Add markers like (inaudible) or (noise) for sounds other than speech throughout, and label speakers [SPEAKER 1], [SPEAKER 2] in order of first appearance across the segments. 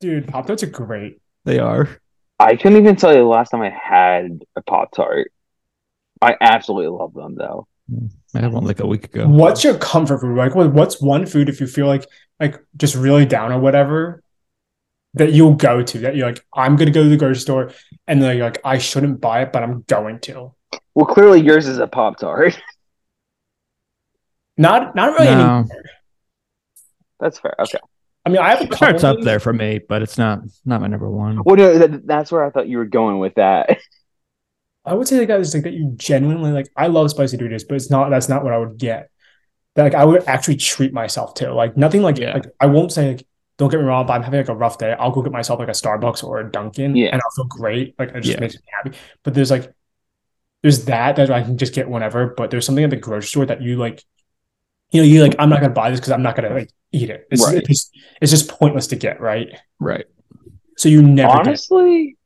[SPEAKER 1] Dude, Pop Tarts are great.
[SPEAKER 2] They are.
[SPEAKER 3] I couldn't even tell you the last time I had a Pop Tart. I absolutely love them though.
[SPEAKER 2] I had one like a week ago.
[SPEAKER 1] What's your comfort food? Like, what- what's one food if you feel like like just really down or whatever that you'll go to that you're like, I'm gonna go to the grocery store, and then you're like, I shouldn't buy it, but I'm going to.
[SPEAKER 3] Well, clearly yours is a Pop Tart.
[SPEAKER 1] Not not really. Any,
[SPEAKER 2] No,
[SPEAKER 3] (laughs) That's fair. Okay.
[SPEAKER 1] I mean, I have a
[SPEAKER 2] Pop
[SPEAKER 1] couple
[SPEAKER 2] Tart's up
[SPEAKER 1] things.
[SPEAKER 2] there for me, but it's not not my number one.
[SPEAKER 3] Well, no, that, that's where I thought you were going with that.
[SPEAKER 1] I would say the guys like that you genuinely like. I love spicy Doritos, but it's not. That's not what I would get. That, like I would actually treat myself to like nothing like,
[SPEAKER 2] Yeah.
[SPEAKER 1] like I won't say like don't get me wrong, but I'm having like a rough day. I'll go get myself like a Starbucks or a Dunkin',
[SPEAKER 3] Yeah.
[SPEAKER 1] and I'll feel great. Like it just
[SPEAKER 2] Yeah.
[SPEAKER 1] makes me happy. But there's like there's that that I can just get whenever. But there's something at the grocery store that you like. You know, you like. I'm not gonna buy this because I'm not gonna like eat it. It's,
[SPEAKER 3] Right.
[SPEAKER 1] it's just it's just pointless to get right.
[SPEAKER 2] Right.
[SPEAKER 1] So you never get. it.
[SPEAKER 3] Honestly,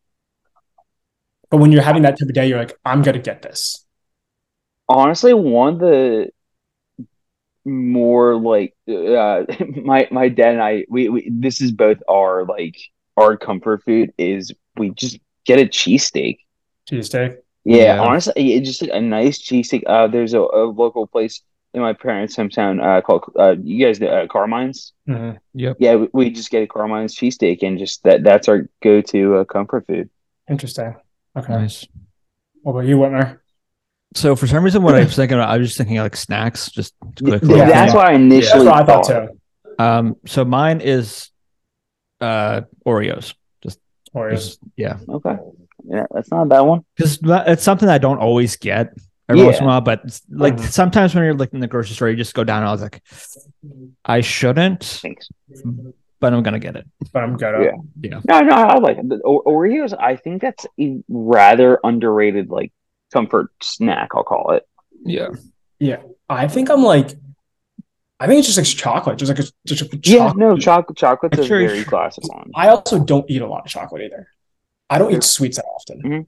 [SPEAKER 1] But when you're having that type of day, you're like, I'm gonna get this.
[SPEAKER 3] honestly, one of the more like uh, (laughs) my my dad and I we, we this is both our like our comfort food is we just get a cheesesteak.
[SPEAKER 1] Tuesday.
[SPEAKER 3] Yeah,
[SPEAKER 2] Yeah.
[SPEAKER 3] honestly, it- it's just like a nice cheesesteak. Uh, there's a, a local place in my parents' hometown uh, called uh, you guys know uh, Carmine's.
[SPEAKER 1] Mhm.
[SPEAKER 2] Yep.
[SPEAKER 3] Yeah, we, we just get a Carmine's cheesesteak and just that that's our go-to uh, comfort food.
[SPEAKER 1] Interesting. Okay.
[SPEAKER 2] Nice.
[SPEAKER 1] What about you, Whitmer?
[SPEAKER 2] So for some reason, what I was thinking about, I was just thinking like snacks, just quick.
[SPEAKER 1] Yeah.
[SPEAKER 2] little
[SPEAKER 3] That's
[SPEAKER 2] thing.
[SPEAKER 3] what I
[SPEAKER 1] That's
[SPEAKER 3] initially
[SPEAKER 1] what I thought
[SPEAKER 3] thought.
[SPEAKER 1] too.
[SPEAKER 2] Um. So mine is, uh, Oreos.
[SPEAKER 1] Oreos.
[SPEAKER 2] Just- yeah.
[SPEAKER 3] Okay, yeah, that's not a bad one.
[SPEAKER 2] because it's something I don't always get every once in a while. But it's- like
[SPEAKER 1] Mhm.
[SPEAKER 2] sometimes when you're like in the grocery store, you just go down. and I was like, I shouldn't,
[SPEAKER 3] Thanks.
[SPEAKER 2] but I'm gonna get it.
[SPEAKER 1] But I'm good.
[SPEAKER 3] Yeah.
[SPEAKER 1] at
[SPEAKER 3] No, no, I like it. The O- Oreos. I think that's a rather underrated like comfort snack. I'll call it.
[SPEAKER 2] Yeah,
[SPEAKER 1] I think I'm like, I think it's just like chocolate, just like a, just a
[SPEAKER 3] Yeah,
[SPEAKER 1] chocolate.
[SPEAKER 3] no, chocolate. Chocolate's a
[SPEAKER 2] Sure,
[SPEAKER 3] very
[SPEAKER 2] sure.
[SPEAKER 3] classic one.
[SPEAKER 1] I also don't eat a lot of chocolate either. I don't eat sweets that often.
[SPEAKER 3] Mhm.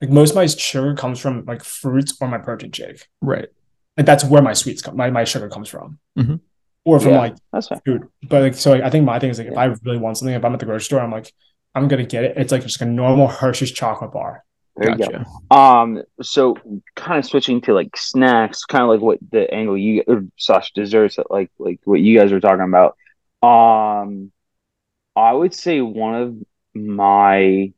[SPEAKER 1] Like most of my sugar comes from like fruits or my protein shake.
[SPEAKER 2] right.
[SPEAKER 1] Like that's where my sweets come, my, my sugar comes from,
[SPEAKER 2] Mhm.
[SPEAKER 1] or from
[SPEAKER 3] Yeah.
[SPEAKER 1] like
[SPEAKER 3] That's fair.
[SPEAKER 1] food. But like so, like, I think my thing is like if I really want something, if I'm at the grocery store, I'm like, I'm gonna get it. It's like just a normal Hershey's chocolate bar.
[SPEAKER 3] There you go.
[SPEAKER 2] gotcha.
[SPEAKER 3] Um, so kind of switching to like snacks, kind of like what the angle you or slash desserts, like like what you guys were talking about. Um, I would say one of my,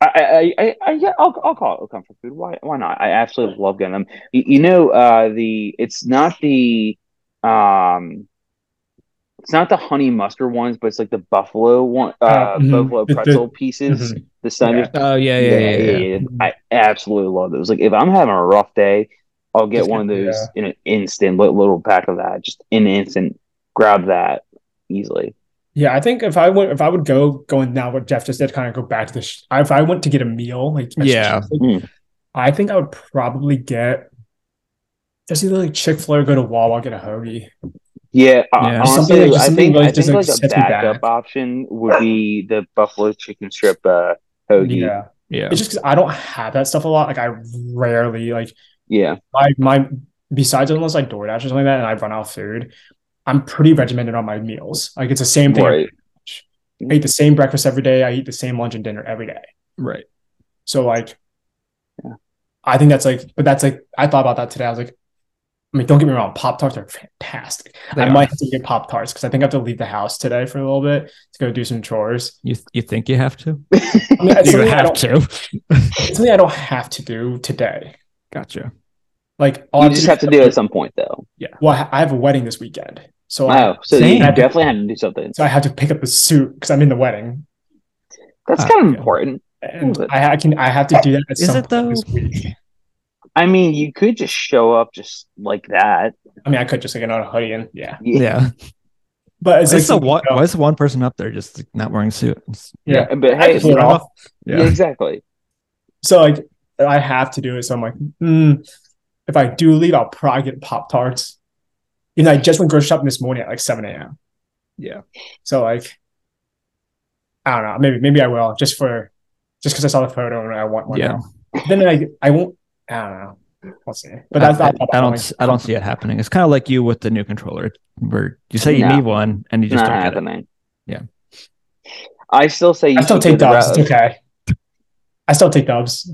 [SPEAKER 3] I I I, I yeah, I'll I'll call it a comfort food. Why why not? I absolutely love getting them. You, you know, uh, the it's not the, um. It's not the honey mustard ones, but it's like the buffalo one, uh,
[SPEAKER 1] Uh, mhm.
[SPEAKER 3] buffalo
[SPEAKER 1] The- the-
[SPEAKER 3] pretzel pieces,
[SPEAKER 1] Mhm.
[SPEAKER 3] the Sunday
[SPEAKER 2] Oh yeah, yeah, yeah. yeah, yeah.
[SPEAKER 3] I absolutely love those. Like if I'm having a rough day, I'll get
[SPEAKER 1] Just
[SPEAKER 3] one of
[SPEAKER 1] get-
[SPEAKER 3] those in an instant, li- little pack of that, just in an instant, grab that easily.
[SPEAKER 1] Yeah, I think if I went, if I would go going now, what Jeff just did, kind of go back to the. Sh- if I went to get a meal, like a
[SPEAKER 2] Yeah.
[SPEAKER 1] cheesesteak,
[SPEAKER 3] Mm.
[SPEAKER 1] I think I would probably get just either like Chick Fil A or go to Wawa get a hoagie.
[SPEAKER 3] Yeah, I-
[SPEAKER 2] Yeah.
[SPEAKER 3] honestly,
[SPEAKER 1] Something like-
[SPEAKER 3] I
[SPEAKER 1] something
[SPEAKER 3] think
[SPEAKER 1] like
[SPEAKER 3] I
[SPEAKER 1] just,
[SPEAKER 3] think
[SPEAKER 1] like,
[SPEAKER 3] like, a
[SPEAKER 1] sets me back.
[SPEAKER 3] backup option would be the buffalo chicken strip uh, hoagie. Yeah,
[SPEAKER 1] Yeah, it's just 'cause I don't have that stuff a lot. Like I rarely like my my besides unless I DoorDash or something like that, and I run out of food. I'm pretty regimented on my meals. Like it's the same thing.
[SPEAKER 3] right.
[SPEAKER 1] I eat the same breakfast every day. I eat the same lunch and dinner every day.
[SPEAKER 2] right.
[SPEAKER 1] So like, I think that's like, but that's like, I thought about that today. I was like, I mean, don't get me wrong, Pop Tarts are fantastic.
[SPEAKER 2] They
[SPEAKER 1] I
[SPEAKER 2] are.
[SPEAKER 1] might have to get Pop Tarts because I think I have to leave the house today for a little bit to go do some chores.
[SPEAKER 2] You you think you have
[SPEAKER 1] I
[SPEAKER 2] to?
[SPEAKER 3] (laughs)
[SPEAKER 1] mean, it's,
[SPEAKER 2] You
[SPEAKER 1] something I
[SPEAKER 2] have
[SPEAKER 1] don't,
[SPEAKER 2] to.
[SPEAKER 1] it's something I don't have to do today.
[SPEAKER 2] Gotcha.
[SPEAKER 1] Like, all I
[SPEAKER 3] You just have to do it at some point, though.
[SPEAKER 1] Well, I have a wedding this weekend, so I,
[SPEAKER 3] Wow, so you
[SPEAKER 2] Same.
[SPEAKER 3] definitely have to do something.
[SPEAKER 1] so I have to pick up the suit because I'm in the wedding,
[SPEAKER 3] That's
[SPEAKER 1] uh,
[SPEAKER 2] Ah,
[SPEAKER 3] kind of
[SPEAKER 2] yeah.
[SPEAKER 3] important.
[SPEAKER 1] and
[SPEAKER 3] Ooh, but-
[SPEAKER 1] I, I can I have to do that at
[SPEAKER 2] Is
[SPEAKER 1] some
[SPEAKER 2] it,
[SPEAKER 1] point
[SPEAKER 2] though?
[SPEAKER 1] this week.
[SPEAKER 3] I mean, you could just show up just like that.
[SPEAKER 1] I mean, I could just like get on a hoodie and yeah,
[SPEAKER 2] Yeah.
[SPEAKER 1] but it's,
[SPEAKER 2] It's the
[SPEAKER 1] like
[SPEAKER 2] one.
[SPEAKER 1] you know,
[SPEAKER 2] Why is the one person up there just like, not wearing a suit? It's-
[SPEAKER 1] Yeah.
[SPEAKER 3] But
[SPEAKER 1] I
[SPEAKER 3] hey,
[SPEAKER 1] can pull it off.
[SPEAKER 3] yeah,
[SPEAKER 2] Yeah.
[SPEAKER 3] exactly.
[SPEAKER 1] So like I have to do it. So I'm like, mm, if I do leave, I'll probably get Pop Tarts. You know, I just went grocery shopping this morning at like 7 a.m.
[SPEAKER 2] Yeah.
[SPEAKER 1] So like I don't know. Maybe maybe I will just for just because I saw the photo and I want one.
[SPEAKER 2] Yeah.
[SPEAKER 1] now. Then I I won't I don't know. We'll see. But
[SPEAKER 2] I-
[SPEAKER 1] that's
[SPEAKER 2] I,
[SPEAKER 1] not
[SPEAKER 2] I don't. s- I don't see it happening. It's kind of like you with the new controller, where you say you
[SPEAKER 3] No.
[SPEAKER 2] need one and you just
[SPEAKER 3] Not
[SPEAKER 2] don't get it.
[SPEAKER 3] happening. I still say you
[SPEAKER 1] I still
[SPEAKER 3] should
[SPEAKER 1] take
[SPEAKER 3] go the
[SPEAKER 1] dubs. It's
[SPEAKER 3] route of-
[SPEAKER 1] okay. I still take dubs.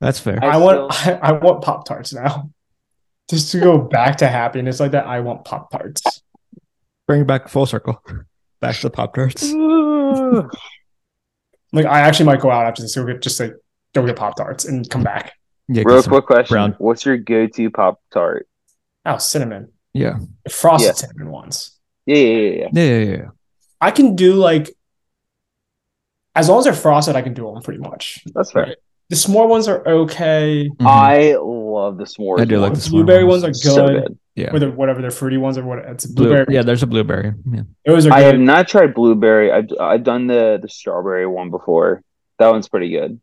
[SPEAKER 2] That's fair.
[SPEAKER 1] I,
[SPEAKER 3] I
[SPEAKER 1] want (laughs) I, I want Pop Tarts now. (laughs) Just to go back to happiness like that, I want Pop Tarts.
[SPEAKER 2] Bring it back full circle. Back to the Pop
[SPEAKER 3] (laughs)
[SPEAKER 2] Tarts.
[SPEAKER 3] Ugh.
[SPEAKER 1] Like I actually might go out after this, go get just like go get Pop Tarts and come back.
[SPEAKER 2] Yeah,
[SPEAKER 3] Real
[SPEAKER 2] get some-
[SPEAKER 3] quick question:
[SPEAKER 2] brown.
[SPEAKER 3] What's your go-to Pop Tart?
[SPEAKER 1] Oh, cinnamon.
[SPEAKER 2] Yeah.
[SPEAKER 1] Frosted
[SPEAKER 3] Yeah.
[SPEAKER 1] cinnamon ones.
[SPEAKER 3] Yeah, yeah, yeah, yeah.
[SPEAKER 2] Yeah, yeah, yeah, yeah.
[SPEAKER 1] I can do like as long as they're frosted, I can do them pretty much.
[SPEAKER 3] That's fair.
[SPEAKER 1] Right. The s'more ones are okay.
[SPEAKER 2] Mhm.
[SPEAKER 3] I love the s'mores.
[SPEAKER 2] I do like
[SPEAKER 3] one.
[SPEAKER 2] the
[SPEAKER 1] The
[SPEAKER 2] s'more
[SPEAKER 1] blueberry
[SPEAKER 2] ones.
[SPEAKER 1] ones, are
[SPEAKER 3] So
[SPEAKER 1] good.
[SPEAKER 3] good.
[SPEAKER 2] Yeah.
[SPEAKER 1] Whether whatever their fruity ones or what it's
[SPEAKER 2] Blue,
[SPEAKER 1] blueberry.
[SPEAKER 2] yeah, there's a blueberry. Yeah.
[SPEAKER 1] Those are
[SPEAKER 3] I have
[SPEAKER 1] good.
[SPEAKER 3] not tried blueberry. I've I've done the the strawberry one before. That one's pretty good.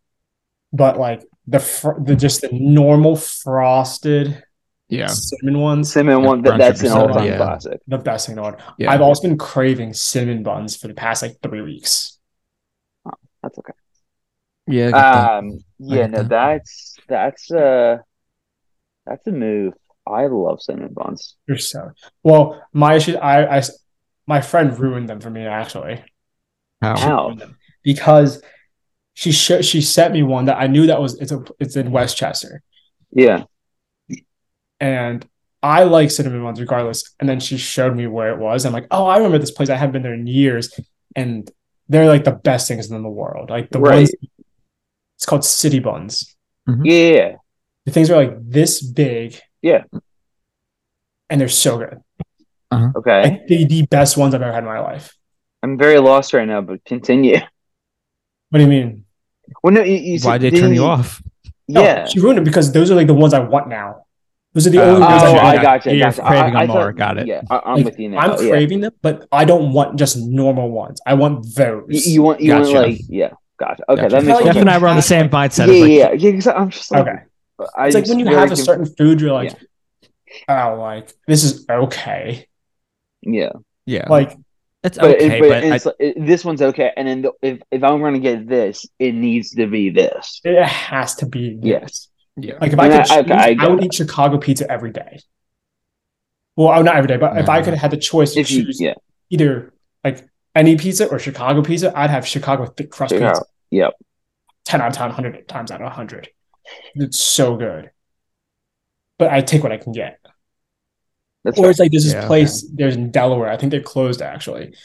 [SPEAKER 1] but like the, fr- the just the normal frosted
[SPEAKER 2] Yeah.
[SPEAKER 1] cinnamon ones,
[SPEAKER 3] Cinnamon
[SPEAKER 2] Yeah,
[SPEAKER 3] one. That,
[SPEAKER 2] brunch
[SPEAKER 3] that's an
[SPEAKER 1] episode,
[SPEAKER 3] all-time
[SPEAKER 2] yeah.
[SPEAKER 3] classic.
[SPEAKER 1] the best thing in the world.
[SPEAKER 2] Yeah.
[SPEAKER 1] I've also been craving cinnamon buns for the past like three weeks.
[SPEAKER 3] That's okay.
[SPEAKER 2] Yeah. I get
[SPEAKER 1] uh,
[SPEAKER 2] that.
[SPEAKER 3] Um. Yeah.
[SPEAKER 2] get
[SPEAKER 3] No.
[SPEAKER 2] that.
[SPEAKER 3] That's that's uh that's a move. I love cinnamon buns.
[SPEAKER 1] They're so well. My issue, I, I s- my friend ruined them for me actually. She
[SPEAKER 2] How?
[SPEAKER 3] Ow.
[SPEAKER 1] ruined them because she sh- she sent me one that I knew that was it's a it's in Westchester
[SPEAKER 3] Yeah.
[SPEAKER 2] Mm-hmm.
[SPEAKER 1] and. I like cinnamon buns regardless. And then she showed me where it was. I'm like, oh, I remember this place. I haven't been there in years. And they're like the best things in the world. Like the
[SPEAKER 3] Right.
[SPEAKER 1] ones, it's called City Buns.
[SPEAKER 3] Yeah. yeah, yeah.
[SPEAKER 1] The things are like this big.
[SPEAKER 3] Yeah.
[SPEAKER 1] And they're so good.
[SPEAKER 3] Okay.
[SPEAKER 1] Like the, the best ones I've ever had in my life.
[SPEAKER 3] I'm very lost right now, but continue. (laughs)
[SPEAKER 1] What do you mean?
[SPEAKER 3] Well, no, you, you
[SPEAKER 2] Why
[SPEAKER 3] said-
[SPEAKER 2] did they turn
[SPEAKER 3] didn't
[SPEAKER 2] you off?
[SPEAKER 1] No,
[SPEAKER 3] Yeah.
[SPEAKER 1] she ruined it because those are like the ones I want now. Those are the
[SPEAKER 2] Oh,
[SPEAKER 1] only
[SPEAKER 3] Oh,
[SPEAKER 1] ones
[SPEAKER 2] okay.
[SPEAKER 1] I
[SPEAKER 3] I
[SPEAKER 1] want.
[SPEAKER 3] got you.
[SPEAKER 2] You're
[SPEAKER 3] gotcha.
[SPEAKER 2] craving
[SPEAKER 3] I, I
[SPEAKER 2] them more.
[SPEAKER 3] thought-
[SPEAKER 2] Got it.
[SPEAKER 3] Yeah, I, I'm
[SPEAKER 1] Like,
[SPEAKER 3] with you now.
[SPEAKER 1] I'm
[SPEAKER 3] yeah.
[SPEAKER 1] craving them, but I don't want just normal ones. I want those.
[SPEAKER 3] You, you want, you want
[SPEAKER 2] Gotcha.
[SPEAKER 3] like, yeah, gotcha. Okay,
[SPEAKER 2] Gotcha.
[SPEAKER 3] that makes
[SPEAKER 1] Like,
[SPEAKER 2] Jeff
[SPEAKER 3] sense.
[SPEAKER 2] and I were on the same
[SPEAKER 3] Yeah,
[SPEAKER 2] mindset.
[SPEAKER 3] yeah,
[SPEAKER 2] It's like,
[SPEAKER 3] yeah. yeah, 'cause I'm just like,
[SPEAKER 1] okay.
[SPEAKER 3] I
[SPEAKER 1] It's like when you
[SPEAKER 3] just
[SPEAKER 1] have a
[SPEAKER 3] very
[SPEAKER 1] certain food, you're like, oh, like this is okay.
[SPEAKER 3] conf- Yeah,
[SPEAKER 2] yeah.
[SPEAKER 1] Like
[SPEAKER 2] it's
[SPEAKER 3] but,
[SPEAKER 2] okay,
[SPEAKER 3] it,
[SPEAKER 2] but,
[SPEAKER 3] but,
[SPEAKER 2] I-
[SPEAKER 3] it's like, it- this one's okay. And then the, if if I'm gonna get this, it needs to be this.
[SPEAKER 1] it has to be
[SPEAKER 3] Yes.
[SPEAKER 2] yeah.
[SPEAKER 1] Like if I
[SPEAKER 3] And
[SPEAKER 1] could,
[SPEAKER 3] I- I-
[SPEAKER 1] choose,
[SPEAKER 3] I
[SPEAKER 1] I,
[SPEAKER 3] get
[SPEAKER 1] would
[SPEAKER 3] that.
[SPEAKER 1] eat Chicago pizza every day. Well, oh, not every day, but if I
[SPEAKER 2] No.
[SPEAKER 1] could have had the choice to
[SPEAKER 3] Mm-hmm. If you,
[SPEAKER 1] choose
[SPEAKER 3] yeah,
[SPEAKER 1] either like any pizza or Chicago pizza, I'd have Chicago thick crust
[SPEAKER 3] Yeah.
[SPEAKER 1] pizza.
[SPEAKER 3] Yep.
[SPEAKER 1] Ten out of ten, hundred times out of hundred. It's so good. But I take what I can get.
[SPEAKER 3] that's
[SPEAKER 1] Or
[SPEAKER 3] right.
[SPEAKER 1] it's like there's this
[SPEAKER 2] Yeah,
[SPEAKER 1] place there's in Delaware. I think they're closed actually.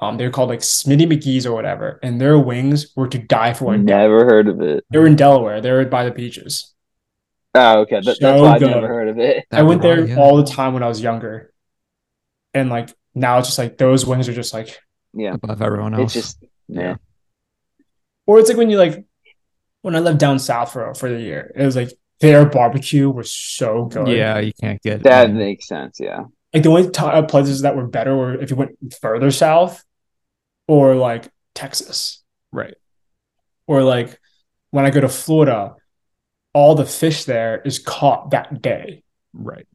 [SPEAKER 1] Um, they're called like Smitty McGee's or whatever, and their wings were to die for. in Del-
[SPEAKER 3] Never heard of it.
[SPEAKER 1] They were in Delaware. They were by the beaches.
[SPEAKER 3] Oh, okay, that, that's
[SPEAKER 1] So
[SPEAKER 3] why I've
[SPEAKER 1] good.
[SPEAKER 3] never heard of it.
[SPEAKER 1] I went there uh, all the time when I was younger, and like now it's just like those wings are just like
[SPEAKER 3] Yeah,
[SPEAKER 2] above everyone
[SPEAKER 3] it's
[SPEAKER 2] else.
[SPEAKER 3] just yeah.
[SPEAKER 1] or it's like when you like when I lived down south for for the year, it was like their barbecue was so good.
[SPEAKER 2] yeah, you can't get
[SPEAKER 3] That makes sense. Yeah,
[SPEAKER 1] like the only t- uh, places that were better were if you went further south, or like Texas,
[SPEAKER 2] right.
[SPEAKER 1] or like when I go to Florida, all the fish there is caught that day.
[SPEAKER 2] Right.